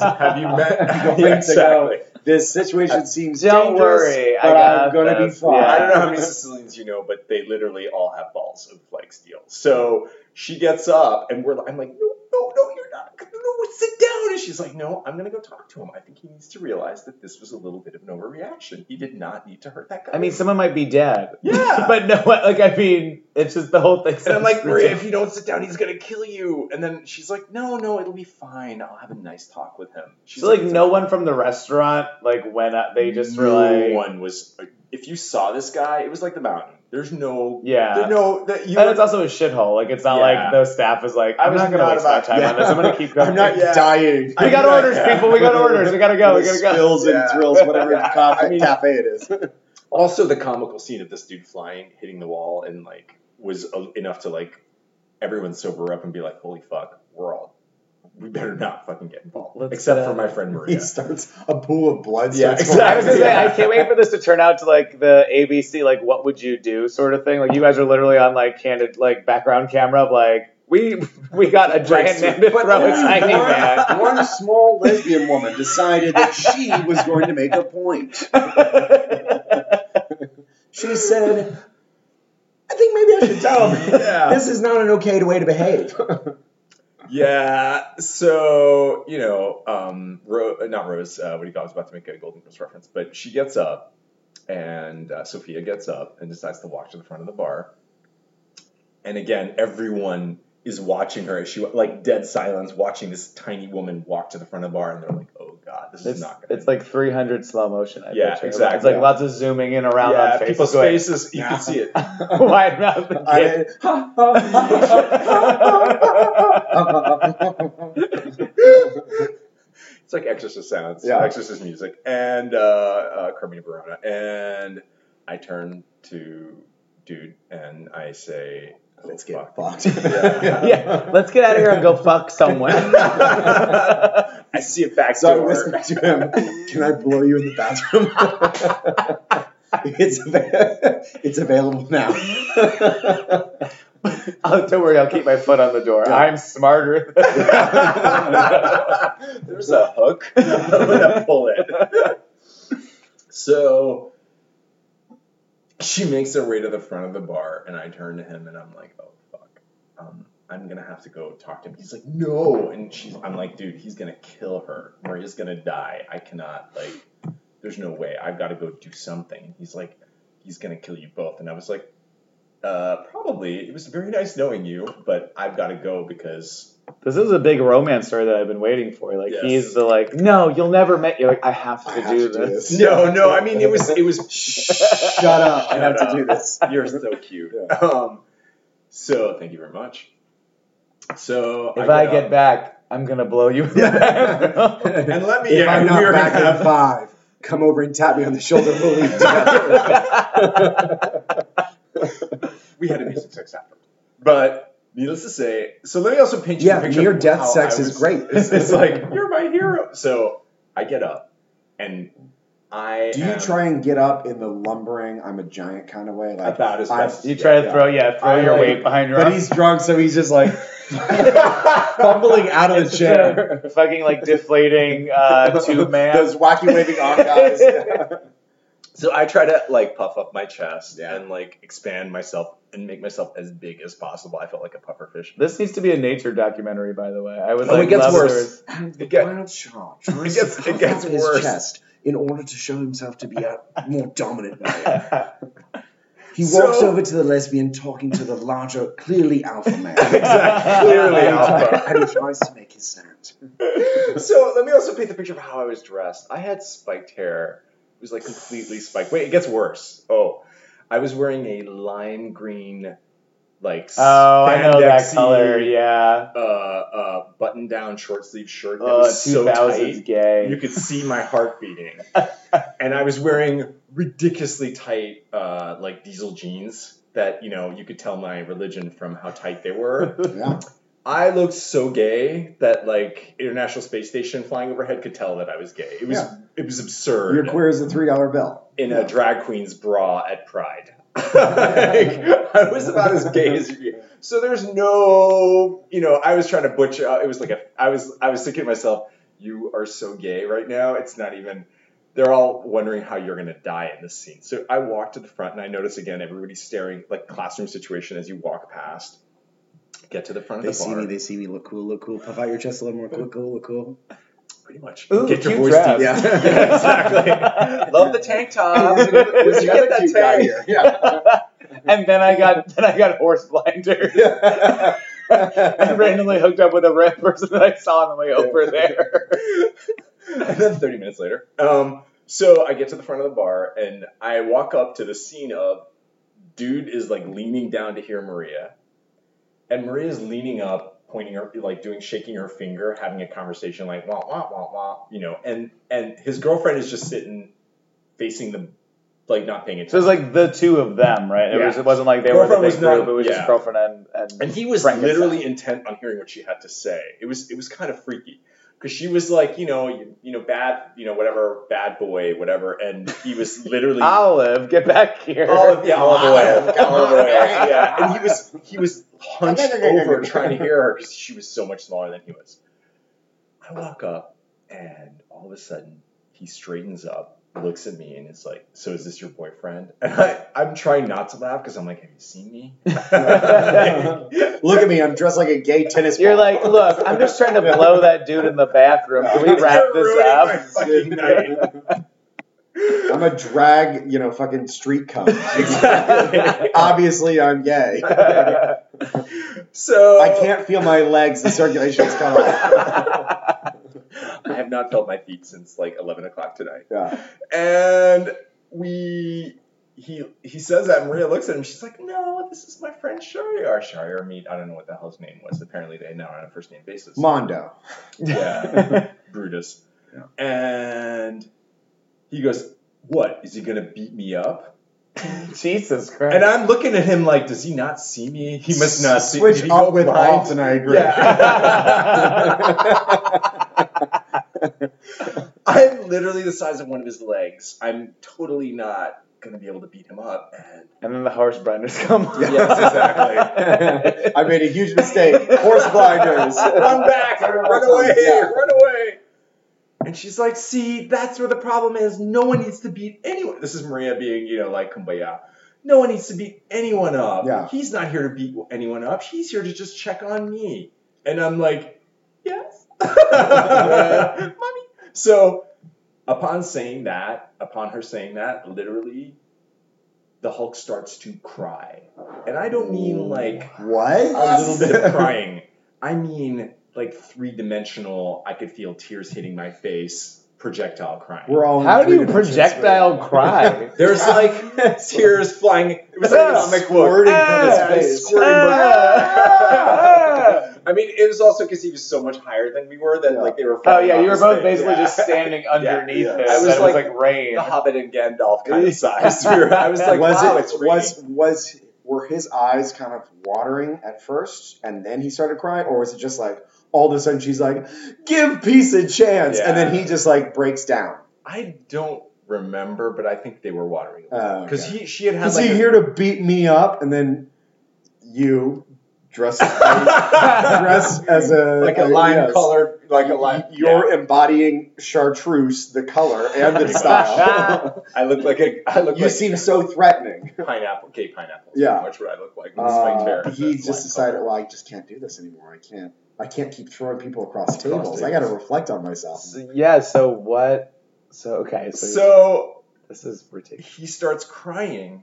[SPEAKER 1] Yeah.
[SPEAKER 2] that
[SPEAKER 3] have you met?
[SPEAKER 2] Going
[SPEAKER 3] Yeah,
[SPEAKER 2] to
[SPEAKER 3] exactly.
[SPEAKER 2] is- this situation seems
[SPEAKER 1] Don't
[SPEAKER 2] dangerous,
[SPEAKER 1] worry, I
[SPEAKER 2] but
[SPEAKER 1] got
[SPEAKER 2] I'm going to be
[SPEAKER 1] this.
[SPEAKER 2] fine.
[SPEAKER 1] Yeah.
[SPEAKER 3] I don't know how many Sicilians you know, but they literally all have balls of like steel. So she gets up, and we're. I'm like, no, no, no, you're not. No, would sit down. And she's like, no, I'm going to go talk to him. I think he needs to realize that this was a little bit of an overreaction. He did not need to hurt that guy.
[SPEAKER 1] I mean, someone might be dead.
[SPEAKER 3] Yeah.
[SPEAKER 1] but no, like I mean, it's just the whole thing.
[SPEAKER 3] and I'm
[SPEAKER 1] sounds
[SPEAKER 3] like, Maria,
[SPEAKER 1] ridiculous.
[SPEAKER 3] if you don't sit down, he's going to kill you. And then she's like, no, no, it'll be fine. I'll have a nice talk with him. She's
[SPEAKER 1] so like
[SPEAKER 3] "It's
[SPEAKER 1] no
[SPEAKER 3] okay."
[SPEAKER 1] one from the restaurant like went up. They just were
[SPEAKER 3] no
[SPEAKER 1] like,
[SPEAKER 3] one was. If you saw this guy, it was like the mountain. There's no.
[SPEAKER 1] yeah.
[SPEAKER 3] there- no, that you.
[SPEAKER 1] and it's also a shithole. Like it's not
[SPEAKER 3] Yeah.
[SPEAKER 1] like the staff is like,
[SPEAKER 3] I
[SPEAKER 1] I'm
[SPEAKER 3] was
[SPEAKER 1] not gonna
[SPEAKER 3] not
[SPEAKER 1] waste
[SPEAKER 3] about-
[SPEAKER 1] my time on this. I'm gonna keep going.
[SPEAKER 2] I'm not
[SPEAKER 3] Yeah.
[SPEAKER 2] dying.
[SPEAKER 1] we got
[SPEAKER 3] I'm not-
[SPEAKER 1] orders,
[SPEAKER 3] yeah.
[SPEAKER 1] people. We got orders. We gotta go. We gotta go.
[SPEAKER 2] Spills and
[SPEAKER 3] Yeah.
[SPEAKER 2] thrills, whatever coffee,
[SPEAKER 3] I mean-
[SPEAKER 2] cafe it is.
[SPEAKER 3] also the comical scene of this dude flying, hitting the wall, and like was uh, enough to like everyone sober up and be like, "Holy fuck, we're all we better not fucking get involved,"
[SPEAKER 1] Let's,
[SPEAKER 3] except
[SPEAKER 1] uh,
[SPEAKER 3] for my friend
[SPEAKER 2] He
[SPEAKER 3] Maria.
[SPEAKER 2] starts a pool of blood.
[SPEAKER 3] Yeah,
[SPEAKER 2] starts
[SPEAKER 3] exactly.
[SPEAKER 1] I was gonna say,
[SPEAKER 3] Yeah.
[SPEAKER 1] I can't wait for this to turn out to like the ABC, like what would you do sort of thing. Like you guys are literally on like candid, like background camera of like we we got a giant man to
[SPEAKER 2] But
[SPEAKER 1] throw a
[SPEAKER 2] one-
[SPEAKER 1] tiny
[SPEAKER 2] one-
[SPEAKER 1] man.
[SPEAKER 2] One small lesbian woman decided that she was going to make a point. She said, I think maybe I should tell him.
[SPEAKER 3] Yeah.
[SPEAKER 2] This is not an okay way to behave.
[SPEAKER 3] Yeah, so you know, um, Ro- uh, not Rose. Uh, what do you call? it? I was about to make a Golden Girls reference, but she gets up, and uh, Sophia gets up and decides to walk to the front of the bar. And again, everyone is watching her as she like dead silence, watching this tiny woman walk to the front of the bar, and they're like, "Oh God, this is
[SPEAKER 1] It's,
[SPEAKER 3] not gonna."
[SPEAKER 1] it's like 300 slow motion. I
[SPEAKER 3] Yeah,
[SPEAKER 1] picture.
[SPEAKER 3] exactly.
[SPEAKER 1] It's like lots of zooming in around
[SPEAKER 3] yeah,
[SPEAKER 1] on faces.
[SPEAKER 3] people's
[SPEAKER 1] going,
[SPEAKER 3] faces, you can see it.
[SPEAKER 1] Wide mouth. and dick.
[SPEAKER 2] I,
[SPEAKER 3] It's like Exorcist sounds,
[SPEAKER 2] Yeah.
[SPEAKER 3] Exorcist music, and uh, uh, Carmina Burana. And I turn to dude and I say, oh,
[SPEAKER 2] Let's
[SPEAKER 3] fuck.
[SPEAKER 2] get fucked.
[SPEAKER 3] Yeah.
[SPEAKER 1] yeah, let's get out of here and go fuck someone.
[SPEAKER 3] I see it back
[SPEAKER 2] So I
[SPEAKER 3] door.
[SPEAKER 2] whispered to him, Can I blow you in the bathroom? it's, ava- it's available now.
[SPEAKER 1] oh, don't worry, I'll keep my foot on the door.
[SPEAKER 2] Yeah.
[SPEAKER 1] I'm smarter.
[SPEAKER 3] There's a hook. I'm gonna pull it. So she makes her way to the front of the bar, and I turn to him and I'm like, "Oh fuck, um, I'm gonna have to go talk to him." He's like, "No," and she's, I'm like, "Dude, he's gonna kill her. Maria's gonna die. I cannot like. There's no way. I've got to go do something." And he's like, "He's gonna kill you both," and I was like. Uh, probably. It was very nice knowing you, but I've got to go because
[SPEAKER 1] This is a big romance story that I've been waiting for. Like
[SPEAKER 3] Yes.
[SPEAKER 1] he's the like, no, you'll never meet. You're like, I have to,
[SPEAKER 2] I have
[SPEAKER 1] do,
[SPEAKER 2] to do
[SPEAKER 1] this.
[SPEAKER 2] this.
[SPEAKER 3] No, no. I mean, it was it was.
[SPEAKER 2] Shut up. I have to do this.
[SPEAKER 3] You're so cute.
[SPEAKER 2] Yeah.
[SPEAKER 3] Um, so thank you very much. So
[SPEAKER 1] If I, get
[SPEAKER 3] up-
[SPEAKER 1] back, I'm gonna blow you.
[SPEAKER 3] and let me,
[SPEAKER 2] If
[SPEAKER 3] yeah,
[SPEAKER 2] I'm not
[SPEAKER 3] we were
[SPEAKER 2] back
[SPEAKER 3] gonna
[SPEAKER 2] in
[SPEAKER 3] have,
[SPEAKER 2] five, come over and tap me on the shoulder. We'll leave together.
[SPEAKER 3] we had amazing sex after. But needless to say, so let me also paint you
[SPEAKER 2] Yeah,
[SPEAKER 3] a picture.
[SPEAKER 2] near
[SPEAKER 3] of
[SPEAKER 2] death
[SPEAKER 3] how
[SPEAKER 2] sex
[SPEAKER 3] I
[SPEAKER 2] is
[SPEAKER 3] was-
[SPEAKER 2] great.
[SPEAKER 3] It's, it's like you're my hero. So I get up, and I
[SPEAKER 2] Do you
[SPEAKER 3] am
[SPEAKER 2] try and get up in the lumbering, I'm a giant kind of way? Like,
[SPEAKER 3] about as
[SPEAKER 2] I'm-
[SPEAKER 3] best.
[SPEAKER 1] you try to throw, yeah, throw
[SPEAKER 2] I
[SPEAKER 1] your
[SPEAKER 2] like-
[SPEAKER 1] weight behind your.
[SPEAKER 2] But
[SPEAKER 1] arm.
[SPEAKER 2] he's drunk, so he's just like fumbling out of the
[SPEAKER 1] It's
[SPEAKER 2] chair.
[SPEAKER 1] the fucking like deflating uh, tube man.
[SPEAKER 2] Those wacky waving arm guys.
[SPEAKER 3] So I try to like puff up my chest
[SPEAKER 2] Yeah.
[SPEAKER 3] and like expand myself and make myself as big as possible. I felt like a puffer fish.
[SPEAKER 1] This needs to be a nature documentary, by the way. I would
[SPEAKER 3] Oh, it
[SPEAKER 1] like
[SPEAKER 3] gets
[SPEAKER 1] love
[SPEAKER 3] worse.
[SPEAKER 1] there-
[SPEAKER 2] The
[SPEAKER 3] It get-
[SPEAKER 2] final shot tries
[SPEAKER 3] it gets-
[SPEAKER 2] to
[SPEAKER 3] it
[SPEAKER 2] puff
[SPEAKER 3] gets
[SPEAKER 2] out his
[SPEAKER 3] worse.
[SPEAKER 2] chest in order to show himself to be a more dominant man. He
[SPEAKER 3] So-
[SPEAKER 2] walks over to the lesbian, talking to the larger, clearly alpha man.
[SPEAKER 3] Exactly. Clearly
[SPEAKER 2] and, he tries,
[SPEAKER 3] alpha.
[SPEAKER 2] and he tries to make his sound.
[SPEAKER 3] so let me also paint the picture of how I was dressed. I had spiked hair. It was like completely spiked. Wait, it gets worse. Oh, I was wearing a lime green, like
[SPEAKER 1] Oh, I know that
[SPEAKER 3] spandexy,
[SPEAKER 1] color. Yeah.
[SPEAKER 3] uh, uh, button down short sleeve shirt that
[SPEAKER 1] Oh,
[SPEAKER 3] was so
[SPEAKER 1] 2000s
[SPEAKER 3] tight. You
[SPEAKER 1] gay.
[SPEAKER 3] could see my heart beating, and I was wearing ridiculously tight, uh, like diesel jeans that you know you could tell my religion from how tight they were.
[SPEAKER 2] Yeah.
[SPEAKER 3] I looked so gay that like International Space Station flying overhead could tell that I was gay. It was
[SPEAKER 2] Yeah.
[SPEAKER 3] it was absurd.
[SPEAKER 2] You're queer as a three dollar bill.
[SPEAKER 3] in a drag queen's bra at Pride. Like, I was about as gay as you. So there's no, you know, I was trying to butcher. uh, It was like a, I was, I was thinking to myself, you are so gay right now. It's not even. They're all wondering how you're gonna die in this scene. So I walk to the front and I notice again everybody staring, like classroom situation as you walk past Get to the front of
[SPEAKER 2] They
[SPEAKER 3] the
[SPEAKER 2] see
[SPEAKER 3] bar.
[SPEAKER 2] me. They see me. Look cool. Look cool. Puff out your chest a little more. Look cool. Look cool.
[SPEAKER 3] Pretty much.
[SPEAKER 1] Ooh,
[SPEAKER 3] Get your
[SPEAKER 1] cute
[SPEAKER 3] voice
[SPEAKER 1] dress.
[SPEAKER 3] deep.
[SPEAKER 2] Yeah.
[SPEAKER 3] Yeah, exactly. Love the tank tops.
[SPEAKER 1] Where'd
[SPEAKER 3] Did you get
[SPEAKER 2] Another
[SPEAKER 3] that
[SPEAKER 2] cute guy
[SPEAKER 3] tank?
[SPEAKER 2] here. Yeah.
[SPEAKER 1] and then I got then I got horse blinders. I randomly hooked up with a red person that I saw on the way over there.
[SPEAKER 3] and then 30 minutes later. Um, so I get to the front of the bar and I walk up to the scene of dude is like leaning down to hear Maria. And Maria is leaning up, pointing her, like doing, shaking her finger, having a conversation like wah, wah, wah, wah, you know. And and his girlfriend is just sitting facing the, like not paying
[SPEAKER 1] So it
[SPEAKER 3] attention.
[SPEAKER 1] was like the two of them, right? It
[SPEAKER 3] Yeah.
[SPEAKER 1] was it wasn't like they were the
[SPEAKER 3] Girlfriend
[SPEAKER 1] big
[SPEAKER 3] was not-
[SPEAKER 1] group. It was
[SPEAKER 3] yeah.
[SPEAKER 1] just girlfriend and and,
[SPEAKER 3] and he was
[SPEAKER 1] Frankenstein.
[SPEAKER 3] literally intent on hearing what she had to say. It was it was kind of freaky because she was like, you know, you, you know, bad, you know, whatever, bad boy, whatever, and he was literally
[SPEAKER 1] Ah, Olive, get back here.
[SPEAKER 3] all yeah, all the way,
[SPEAKER 2] Come
[SPEAKER 3] all the way,
[SPEAKER 2] on.
[SPEAKER 3] yeah. And he was he was hunched over trying to hear her because she was so much smaller than he was. I walk up, and all of a sudden he straightens up, looks at me, and is like, "So is this your boyfriend?" And I I'm trying not to laugh because I'm like, "Have you seen me?"
[SPEAKER 2] Look at me. I'm dressed like a gay tennis.
[SPEAKER 1] You're
[SPEAKER 2] ball.
[SPEAKER 1] like, look, I'm just trying to blow that dude in the bathroom. Can we wrap
[SPEAKER 3] You're
[SPEAKER 1] this
[SPEAKER 3] ruining my
[SPEAKER 1] up?
[SPEAKER 3] fucking night.
[SPEAKER 2] I'm a drag, you know, fucking street cum.
[SPEAKER 3] Exactly.
[SPEAKER 2] Obviously, I'm gay.
[SPEAKER 3] so
[SPEAKER 2] I can't feel my legs. The circulation is kind of off.
[SPEAKER 3] I have not felt my feet since like eleven o'clock tonight.
[SPEAKER 2] Yeah.
[SPEAKER 3] And we he he says that Maria looks at him. She's like, "No, this is my friend Shariar. Shariar meet. I don't know what the hell his name was. Apparently, they now are on a first name basis.
[SPEAKER 2] Mondo.
[SPEAKER 3] Yeah. Brutus.
[SPEAKER 2] Yeah.
[SPEAKER 3] And he goes, "What is he gonna beat me up?"
[SPEAKER 1] Jesus Christ.
[SPEAKER 3] And I'm looking at him like, does he not see me? He must not see.
[SPEAKER 2] Switch
[SPEAKER 3] did he go
[SPEAKER 2] up with
[SPEAKER 3] blind?
[SPEAKER 2] off, and I agree.
[SPEAKER 3] I'm literally the size of one of his legs. I'm totally not gonna be able to beat him up. And
[SPEAKER 1] And then the horse blinders come on.
[SPEAKER 3] Yes, exactly.
[SPEAKER 2] I made a huge mistake. Horse blinders.
[SPEAKER 3] run back, run away,
[SPEAKER 2] Yeah.
[SPEAKER 3] run away. And she's like, see, that's where the problem is. No one needs to beat anyone. This is Maria being, you know, like kumbaya. No one needs to beat anyone up.
[SPEAKER 2] Yeah.
[SPEAKER 3] He's not here to beat anyone up. He's here to just check on me. And I'm like, yes. Mommy. So upon saying that, upon her saying that, literally, the Hulk starts to cry. And I don't mean like
[SPEAKER 2] What?
[SPEAKER 3] a little bit of crying. I mean, like three dimensional. I could feel tears hitting my face. Projectile crying.
[SPEAKER 2] We're all in
[SPEAKER 1] How do
[SPEAKER 2] three
[SPEAKER 1] you
[SPEAKER 2] dimensions,
[SPEAKER 1] projectile
[SPEAKER 2] right?
[SPEAKER 1] cry?
[SPEAKER 3] There's like tears flying. It was like a
[SPEAKER 1] Yeah.
[SPEAKER 3] comic book.
[SPEAKER 2] Squirting from his
[SPEAKER 3] Yeah,
[SPEAKER 1] Ah,
[SPEAKER 2] face.
[SPEAKER 3] squirting
[SPEAKER 1] Ah.
[SPEAKER 3] book. I mean, it was also because he was so much higher than we were that
[SPEAKER 2] Yeah.
[SPEAKER 3] like they were.
[SPEAKER 1] Oh
[SPEAKER 3] falling
[SPEAKER 1] yeah,
[SPEAKER 3] off
[SPEAKER 1] you were
[SPEAKER 3] his
[SPEAKER 1] both
[SPEAKER 3] thing.
[SPEAKER 1] basically
[SPEAKER 3] Yeah.
[SPEAKER 1] just standing underneath
[SPEAKER 3] yeah.
[SPEAKER 1] him.
[SPEAKER 3] I was
[SPEAKER 1] and it
[SPEAKER 3] like-
[SPEAKER 1] was like rain.
[SPEAKER 3] the Hobbit and Gandalf kind of size. We were- I was like,
[SPEAKER 2] was
[SPEAKER 3] wow,
[SPEAKER 2] it
[SPEAKER 3] it's raining.
[SPEAKER 2] was was were his eyes kind of watering at first, and then he started crying, or was it just like all of a sudden she's like, "Give peace a chance," and then he just like breaks down?
[SPEAKER 3] I don't remember, but I think they were watering
[SPEAKER 2] Uh,
[SPEAKER 3] because
[SPEAKER 2] okay.
[SPEAKER 3] he she had had
[SPEAKER 2] is
[SPEAKER 3] like
[SPEAKER 2] he
[SPEAKER 3] a-
[SPEAKER 2] here to beat me up, and then you dress dress as a uh,
[SPEAKER 3] like a lime
[SPEAKER 2] yes.
[SPEAKER 3] colored, like a lime.
[SPEAKER 2] You're embodying chartreuse, the color and the
[SPEAKER 3] Pretty
[SPEAKER 2] style.
[SPEAKER 3] I look like a. I look
[SPEAKER 2] you
[SPEAKER 3] like
[SPEAKER 2] seem so threatening.
[SPEAKER 3] pineapple, gay pineapple.
[SPEAKER 2] Yeah.
[SPEAKER 3] Much what I look like. This is my
[SPEAKER 2] Uh,
[SPEAKER 3] hair.
[SPEAKER 2] he just
[SPEAKER 3] That's lime
[SPEAKER 2] decided, well, I just can't do this anymore. I can't. I can't keep throwing people across tables. I got
[SPEAKER 3] tables.
[SPEAKER 2] to reflect on myself.
[SPEAKER 1] So, yeah. So what? So okay.
[SPEAKER 3] colored.
[SPEAKER 1] So,
[SPEAKER 3] So
[SPEAKER 1] this is ridiculous.
[SPEAKER 3] he starts crying,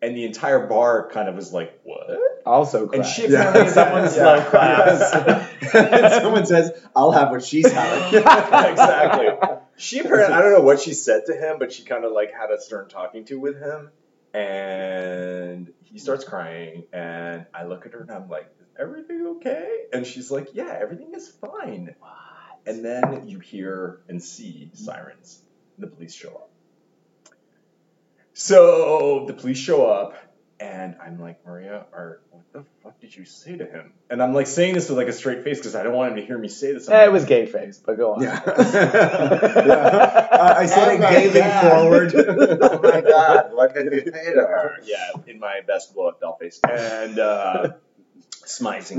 [SPEAKER 3] and the entire bar kind of was like, "What?"
[SPEAKER 1] Also, cry.
[SPEAKER 3] And she
[SPEAKER 2] Yeah.
[SPEAKER 3] apparently
[SPEAKER 1] Someone slow claps.
[SPEAKER 2] and someone says, "I'll have what she's having."
[SPEAKER 3] exactly. She apparently, I don't know what she said to him, but she kind of like had a stern talking to with him, and he starts crying, and I look at her and I'm like, "Is everything okay?" And she's like, "Yeah, everything is fine." And then you hear and see sirens. And the police show up. So the police show up, and I'm like, Maria, are what the fuck did you say to him? And I'm like saying this with like a straight face because I don't want him to hear me say this. I'm
[SPEAKER 1] Eh,
[SPEAKER 3] like,
[SPEAKER 1] it was gay face, but go on.
[SPEAKER 2] Yeah. Yeah. I I said
[SPEAKER 1] Oh
[SPEAKER 2] it
[SPEAKER 1] my
[SPEAKER 2] gaily
[SPEAKER 1] God.
[SPEAKER 2] forward.
[SPEAKER 3] Oh my God,
[SPEAKER 2] what did you say to
[SPEAKER 3] Or, yeah, in my best blow up doll face. And uh smizing.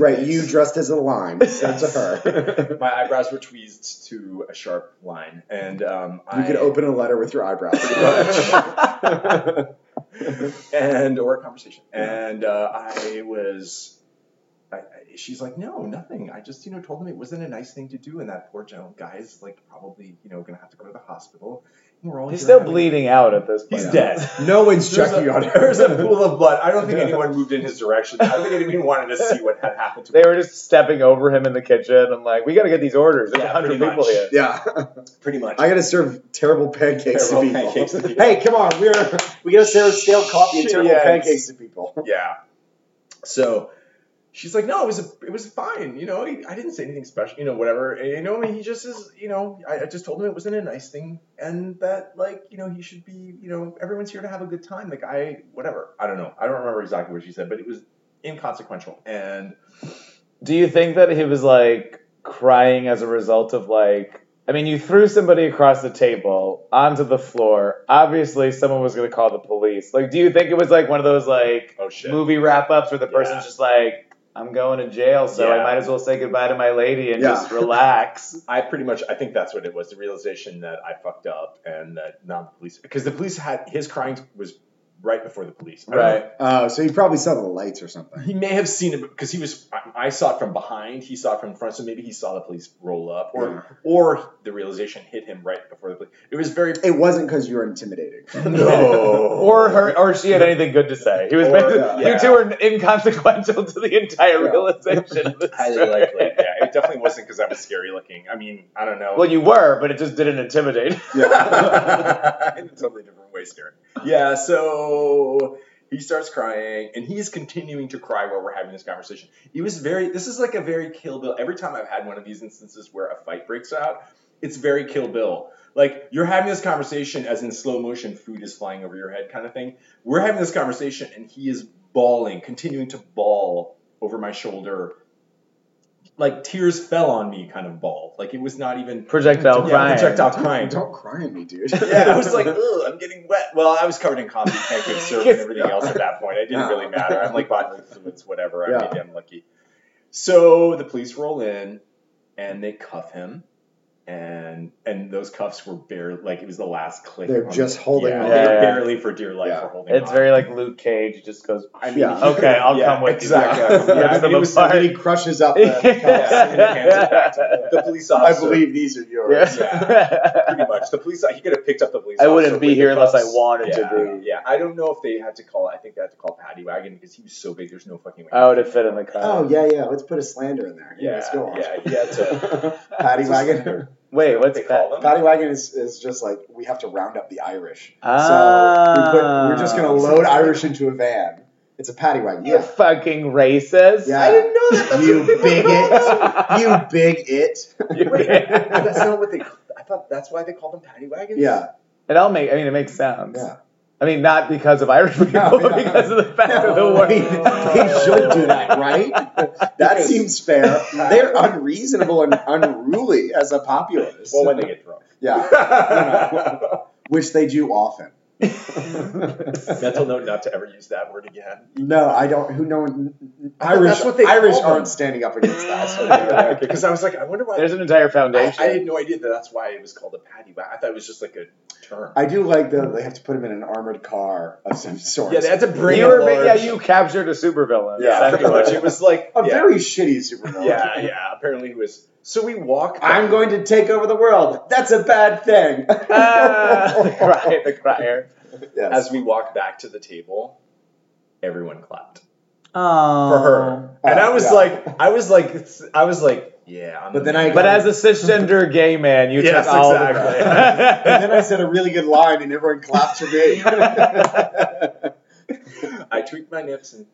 [SPEAKER 2] Right,
[SPEAKER 3] face.
[SPEAKER 2] you dressed as a lime. Said to her.
[SPEAKER 3] my eyebrows were tweezed to a sharp line. And um
[SPEAKER 2] You
[SPEAKER 3] I
[SPEAKER 2] could open a letter with your eyebrows.
[SPEAKER 3] and or a conversation. And uh, I was I, I, she's like, no, nothing. I just, you know, told him it wasn't a nice thing to do, and that poor gentle guy is like probably, you know, gonna have to go to the hospital. And we're all
[SPEAKER 1] He's
[SPEAKER 3] here
[SPEAKER 1] still
[SPEAKER 3] having-
[SPEAKER 1] bleeding out at this point.
[SPEAKER 3] He's dead.
[SPEAKER 2] No one's
[SPEAKER 3] There's
[SPEAKER 2] checking
[SPEAKER 3] a-
[SPEAKER 2] on
[SPEAKER 3] There's a
[SPEAKER 2] her.
[SPEAKER 3] pool of blood. I don't think anyone moved in his direction. I don't think anyone wanted to see what had happened to
[SPEAKER 1] They
[SPEAKER 3] him.
[SPEAKER 1] were just stepping over him in the kitchen. I'm like, we got to get these orders. There's a
[SPEAKER 3] Yeah,
[SPEAKER 1] 100
[SPEAKER 3] pretty
[SPEAKER 1] people
[SPEAKER 3] much.
[SPEAKER 1] here.
[SPEAKER 2] yeah,
[SPEAKER 3] Pretty much.
[SPEAKER 2] I gotta serve terrible pancakes
[SPEAKER 3] Terrible
[SPEAKER 2] to people.
[SPEAKER 3] pancakes to people.
[SPEAKER 2] hey, come on, we're we gotta serve stale coffee and
[SPEAKER 3] Shit,
[SPEAKER 2] terrible
[SPEAKER 3] yeah, it's-
[SPEAKER 2] pancakes to people.
[SPEAKER 3] yeah. So she's like, no, it was a, it was fine. You know, he, I didn't say anything special. You know, whatever. And, you know, I mean, he just is. You know, I, I just told him it wasn't a nice thing, and that like, you know, he should be. You know, everyone's here to have a good time. Like I, whatever. I don't know. I don't remember exactly what she said, but it was inconsequential. And
[SPEAKER 1] Do you think that he was like crying as a result of like? I mean, you threw somebody across the table onto the floor. Obviously, someone was going to call the police. Like, do you think it was like one of those like
[SPEAKER 3] oh shit.
[SPEAKER 1] movie wrap ups where the
[SPEAKER 3] Yeah.
[SPEAKER 1] person's just like, "I'm going to jail, so I
[SPEAKER 3] Yeah.
[SPEAKER 1] might as well say goodbye to my lady and
[SPEAKER 2] Yeah.
[SPEAKER 1] just relax."
[SPEAKER 3] I pretty much I think that's what it was the realization that I fucked up and that not the police because the police had his crying was right before the police I don't know
[SPEAKER 1] right.
[SPEAKER 2] Uh, so you probably saw the lights or something.
[SPEAKER 3] He may have seen it because he was. I, I saw it from behind. He saw it from front. So maybe he saw the police roll up, or
[SPEAKER 2] Yeah.
[SPEAKER 3] or the realization hit him right before the police. It was very
[SPEAKER 2] It wasn't because you were intimidating.
[SPEAKER 1] Or her, or she had anything good to say. He was
[SPEAKER 3] Or,
[SPEAKER 1] basically,
[SPEAKER 2] yeah.
[SPEAKER 1] you two are inconsequential to the entire
[SPEAKER 2] Yeah.
[SPEAKER 1] realization. Of this
[SPEAKER 3] highly
[SPEAKER 1] story.
[SPEAKER 3] likely. Yeah, it definitely wasn't because I was scary looking. I mean, I don't know.
[SPEAKER 1] Well, you were, but it just didn't intimidate.
[SPEAKER 3] in a totally different way, scary. Yeah. So he starts crying, and he's continuing to cry while we're having this conversation. He was very. This is like a very Kill Bill. Every time I've had one of these instances where a fight breaks out, it's very Kill Bill. Like you're having this conversation as in slow motion, food is flying over your head, kind of thing. We're having this conversation, and he is bawling, continuing to bawl over my shoulder. Like tears fell on me, kind of bawl. Like it was not even
[SPEAKER 1] Projectile
[SPEAKER 3] Yeah,
[SPEAKER 1] crying.
[SPEAKER 3] projectile crying.
[SPEAKER 2] Don't cry at me, dude.
[SPEAKER 3] Yeah, I was like, Ugh, I'm getting wet. Well, I was covered in coffee, pancake syrup, and everything
[SPEAKER 2] Yeah.
[SPEAKER 3] else at that point. It didn't really matter. I'm like bodily fluids, whatever. I
[SPEAKER 2] Yeah.
[SPEAKER 3] Maybe I'm lucky. So the police roll in, and they cuff him, and and those cuffs were bare. Like it was the last click.
[SPEAKER 2] They're
[SPEAKER 3] on-
[SPEAKER 2] just holding
[SPEAKER 3] Yeah,
[SPEAKER 2] on.
[SPEAKER 3] they're
[SPEAKER 1] Yeah.
[SPEAKER 3] barely for dear life
[SPEAKER 2] Yeah.
[SPEAKER 3] for holding.
[SPEAKER 1] It's
[SPEAKER 3] on.
[SPEAKER 1] very like Luke Cage. He just goes,
[SPEAKER 3] I mean,
[SPEAKER 2] Yeah.
[SPEAKER 1] okay, I'll
[SPEAKER 3] yeah,
[SPEAKER 1] come with
[SPEAKER 3] exactly.
[SPEAKER 1] you.
[SPEAKER 2] Yeah.
[SPEAKER 1] Rips
[SPEAKER 3] I mean,
[SPEAKER 1] them
[SPEAKER 3] it was
[SPEAKER 1] apart.
[SPEAKER 2] And he crushes up. The
[SPEAKER 3] Yeah, and then hands it back to the police
[SPEAKER 2] I
[SPEAKER 3] officer.
[SPEAKER 2] believe these are
[SPEAKER 1] Yeah.
[SPEAKER 2] yours.
[SPEAKER 3] pretty much. The police, he could have picked up the police.
[SPEAKER 1] I wouldn't
[SPEAKER 3] officer
[SPEAKER 1] be
[SPEAKER 3] with the
[SPEAKER 1] here unless I
[SPEAKER 3] cuffs.
[SPEAKER 1] wanted to
[SPEAKER 3] yeah,
[SPEAKER 1] be.
[SPEAKER 3] Yeah, I don't know if they had to call. I think they had to call Paddy Wagon because he was so big. There's no fucking way.
[SPEAKER 1] I would have fit in the car.
[SPEAKER 2] Oh yeah, yeah. Let's put a slander in there. Yeah,
[SPEAKER 3] Yeah,
[SPEAKER 2] let's go on.
[SPEAKER 3] yeah, he had to-
[SPEAKER 2] Paddy
[SPEAKER 3] It's a
[SPEAKER 2] wagon.
[SPEAKER 3] slander.
[SPEAKER 1] Wait, what's
[SPEAKER 3] They
[SPEAKER 1] that?
[SPEAKER 3] call them.
[SPEAKER 2] Paddy wagon is, is just like we have to round up the Irish. So we put,
[SPEAKER 1] Ah.
[SPEAKER 2] we're just gonna load Irish into a van. It's a paddy wagon.
[SPEAKER 1] You fucking racist.
[SPEAKER 2] Yeah.
[SPEAKER 3] I didn't know that. That's
[SPEAKER 2] You
[SPEAKER 3] what they
[SPEAKER 2] bigot. you big it.
[SPEAKER 1] You
[SPEAKER 3] call them. that's not what they. I thought that's why they called them Paddy Wagons.
[SPEAKER 2] Yeah.
[SPEAKER 1] It all make. I mean, it makes sense.
[SPEAKER 2] Yeah.
[SPEAKER 1] I mean, not because of Irish people,
[SPEAKER 2] Yeah,
[SPEAKER 1] but
[SPEAKER 2] yeah.
[SPEAKER 1] because of the fact of the
[SPEAKER 2] No,
[SPEAKER 1] word.
[SPEAKER 2] They, they should do that, right? That
[SPEAKER 3] Because-
[SPEAKER 2] seems fair. They're unreasonable and unruly as a populace.
[SPEAKER 3] Well, when they get drunk.
[SPEAKER 2] yeah, which they do often.
[SPEAKER 3] Mental note not to ever use that word again.
[SPEAKER 2] No, I don't. Who no one? Irish.
[SPEAKER 3] that's what they
[SPEAKER 2] Irish
[SPEAKER 3] call them.
[SPEAKER 2] aren't standing up against
[SPEAKER 1] Yeah.
[SPEAKER 2] that.
[SPEAKER 3] Because I was like, I wonder why.
[SPEAKER 1] There's an entire
[SPEAKER 3] I,
[SPEAKER 1] foundation.
[SPEAKER 3] I had no idea that that's why it was called a Paddy Wagon. I thought it was just like a term.
[SPEAKER 2] I do like though they have to put him in an armored car of some sort.
[SPEAKER 3] yeah, they had to bring.
[SPEAKER 1] you
[SPEAKER 3] a
[SPEAKER 1] were
[SPEAKER 3] large-
[SPEAKER 1] yeah, you captured a supervillain.
[SPEAKER 3] Yeah, pretty much. It was like
[SPEAKER 2] a
[SPEAKER 3] yeah.
[SPEAKER 2] very shitty supervillain.
[SPEAKER 3] Yeah, yeah. Apparently, he was. So we walk.
[SPEAKER 2] I'm going to take over the world. That's a bad thing.
[SPEAKER 1] Ah, the cry, the crier.
[SPEAKER 2] Yes.
[SPEAKER 3] as we walk back to the table. Everyone clapped
[SPEAKER 2] Um,
[SPEAKER 1] Oh.
[SPEAKER 3] for her, and I was
[SPEAKER 2] yeah.
[SPEAKER 3] like, I was like, I was like, yeah. I'm
[SPEAKER 2] But
[SPEAKER 3] the
[SPEAKER 2] then
[SPEAKER 3] man.
[SPEAKER 2] I-
[SPEAKER 1] But as a cisgender gay man, you
[SPEAKER 3] Yes,
[SPEAKER 1] took all
[SPEAKER 3] exactly.
[SPEAKER 2] and then
[SPEAKER 1] the
[SPEAKER 2] I said a really good line, and everyone clapped for me.
[SPEAKER 3] I tweaked my nips and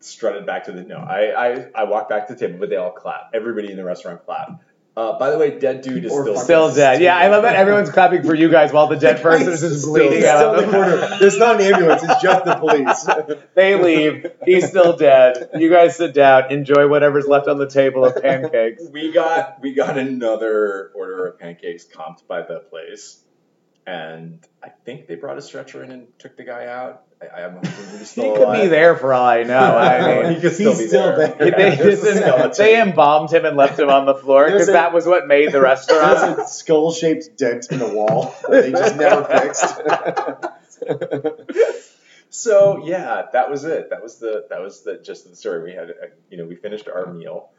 [SPEAKER 3] strutted back to the no. I I, I walked back to the table, but they all clapped. Everybody in the restaurant clapped. Uh, by the way, dead dude is
[SPEAKER 2] Or
[SPEAKER 3] still
[SPEAKER 2] fucking
[SPEAKER 1] Still dead. Yeah, I love that everyone's clapping for you guys while the dead person is just bleeding
[SPEAKER 2] He's
[SPEAKER 1] out
[SPEAKER 2] still
[SPEAKER 1] of
[SPEAKER 2] in the corner. There's not an ambulance. It's just the police.
[SPEAKER 1] They leave. He's still dead. You guys sit down. Enjoy whatever's left on the table of pancakes.
[SPEAKER 3] We got we got another order of pancakes comped by the place, and I think they brought a stretcher in and took the guy out. I, I'm hoping he's
[SPEAKER 1] He
[SPEAKER 3] still
[SPEAKER 1] could be
[SPEAKER 3] alive.
[SPEAKER 1] there for all I know. I mean,
[SPEAKER 3] he could still
[SPEAKER 2] He's
[SPEAKER 3] be
[SPEAKER 2] still
[SPEAKER 3] there.
[SPEAKER 2] there.
[SPEAKER 1] they,
[SPEAKER 3] Yeah, there's a
[SPEAKER 1] just,
[SPEAKER 3] skeleton.
[SPEAKER 1] they embalmed him and left him on the floor because
[SPEAKER 2] There's a-
[SPEAKER 1] that was what made the
[SPEAKER 2] There's
[SPEAKER 1] restaurant.
[SPEAKER 2] a skull-shaped dent in the wall that they just never fixed.
[SPEAKER 3] So yeah, that was it. That was the that was the just the story. We had uh, you know we finished our meal,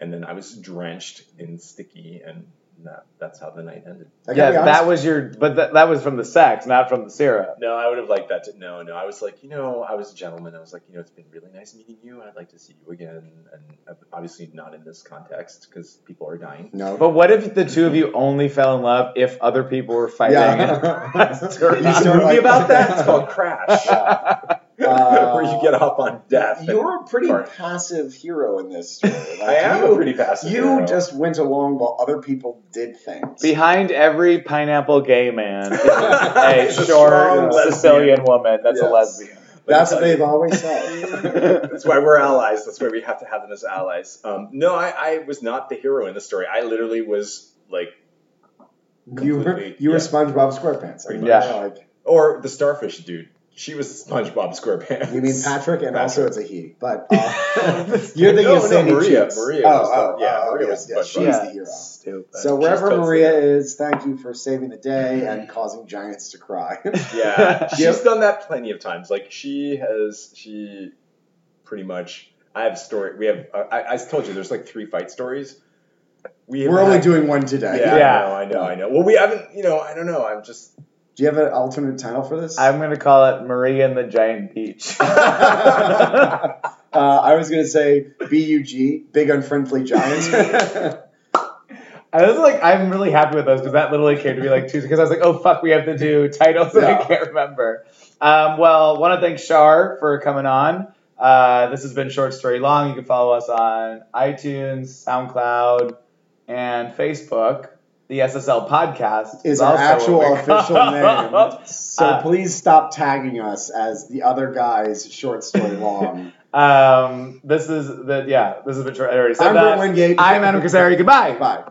[SPEAKER 3] and then I was drenched and sticky, and that that's how the night ended.
[SPEAKER 2] I
[SPEAKER 1] yeah,
[SPEAKER 2] gotta be honest,
[SPEAKER 1] that was your, but that that was from the sex, not from the syrup.
[SPEAKER 3] No, I would have liked that to no, no. I was like, you know, I was a gentleman. I was like, you know, it's been really nice meeting you. I'd like to see you again, and obviously not in this context because people are dying.
[SPEAKER 2] no.
[SPEAKER 1] But what if the two of you only fell in love if other people were fighting?
[SPEAKER 2] Yeah.
[SPEAKER 1] It's terrible.
[SPEAKER 2] You
[SPEAKER 3] There's a
[SPEAKER 2] start
[SPEAKER 3] movie
[SPEAKER 2] like-
[SPEAKER 3] about that. It's called Crash,
[SPEAKER 2] Uh,
[SPEAKER 3] where you get off on death. and-
[SPEAKER 2] You're a pretty
[SPEAKER 3] Sorry.
[SPEAKER 2] passive hero in this story. Like,
[SPEAKER 3] I am
[SPEAKER 2] you,
[SPEAKER 3] a pretty passive.
[SPEAKER 2] You
[SPEAKER 3] hero.
[SPEAKER 2] just went along while other people did things.
[SPEAKER 1] Behind every pineapple gay man is a
[SPEAKER 3] It's
[SPEAKER 2] a
[SPEAKER 1] short
[SPEAKER 2] strong lesbian.
[SPEAKER 1] Sicilian woman that's
[SPEAKER 2] Yes.
[SPEAKER 1] a lesbian.
[SPEAKER 3] Let me
[SPEAKER 2] That's
[SPEAKER 3] tell
[SPEAKER 2] what
[SPEAKER 3] you.
[SPEAKER 2] they've always said.
[SPEAKER 3] That's why we're allies. That's why we have to have them as allies. Um, no, I, I was not the hero in the story. I literally was like,
[SPEAKER 2] you were,
[SPEAKER 3] Completely,
[SPEAKER 2] you were
[SPEAKER 3] yeah.
[SPEAKER 2] SpongeBob SquarePants. I
[SPEAKER 3] Pretty
[SPEAKER 2] mean,
[SPEAKER 1] much.
[SPEAKER 2] yeah, like,
[SPEAKER 3] or the starfish dude. She was SpongeBob SquarePants.
[SPEAKER 2] you mean Patrick, and
[SPEAKER 3] Patrick.
[SPEAKER 2] also it's a he. But uh, you're thinking of
[SPEAKER 3] No, no,
[SPEAKER 2] Sandy
[SPEAKER 3] Maria.
[SPEAKER 2] Cheeks.
[SPEAKER 3] Maria
[SPEAKER 2] Oh,
[SPEAKER 3] was the-
[SPEAKER 2] oh,
[SPEAKER 3] yeah,
[SPEAKER 2] oh,
[SPEAKER 3] Maria
[SPEAKER 2] yes,
[SPEAKER 3] was the
[SPEAKER 2] yes,
[SPEAKER 3] SpongeBob.
[SPEAKER 2] she's
[SPEAKER 1] Yeah.
[SPEAKER 2] the hero.
[SPEAKER 1] Stupid.
[SPEAKER 2] So
[SPEAKER 3] She's Mm-hmm.
[SPEAKER 2] wherever
[SPEAKER 3] totally
[SPEAKER 2] Maria
[SPEAKER 3] right.
[SPEAKER 2] is, thank you for saving the day and causing giants to cry.
[SPEAKER 3] Yeah,
[SPEAKER 2] Yep.
[SPEAKER 3] she's done that plenty of times. Like she has, she pretty much. I have story. We have. uh, I, I told you, there's like three fight stories. We have
[SPEAKER 2] We're only
[SPEAKER 3] had-
[SPEAKER 2] doing one today.
[SPEAKER 3] Yeah,
[SPEAKER 1] Yeah.
[SPEAKER 3] I know, I know, I know. Well, we haven't. You know, I don't know. I'm just.
[SPEAKER 2] Do you have an alternate title for this?
[SPEAKER 1] I'm gonna call it Maria and the Giant Peach.
[SPEAKER 2] Uh, I was gonna say BUG, big unfriendly giant.
[SPEAKER 1] I was like, I'm really happy with those because that literally came to me like Tuesday because I was like, oh fuck, we have to do titles that
[SPEAKER 2] Yeah.
[SPEAKER 1] I can't remember. Um, well, want to thank Shar for coming on. Uh, this has been Short Story Long. You can follow us on iTunes, SoundCloud, and Facebook. The SSL podcast
[SPEAKER 2] is
[SPEAKER 1] also
[SPEAKER 2] our
[SPEAKER 1] what
[SPEAKER 2] actual
[SPEAKER 1] we're
[SPEAKER 2] official
[SPEAKER 1] called.
[SPEAKER 2] name. So
[SPEAKER 1] Uh,
[SPEAKER 2] please stop tagging us as the other guy's short story long.
[SPEAKER 1] Um, this is the yeah. This has been. I already said
[SPEAKER 2] I'm
[SPEAKER 1] that.
[SPEAKER 2] Brent Wingate.
[SPEAKER 1] I'm Adam Kazari. Goodbye.
[SPEAKER 2] Bye.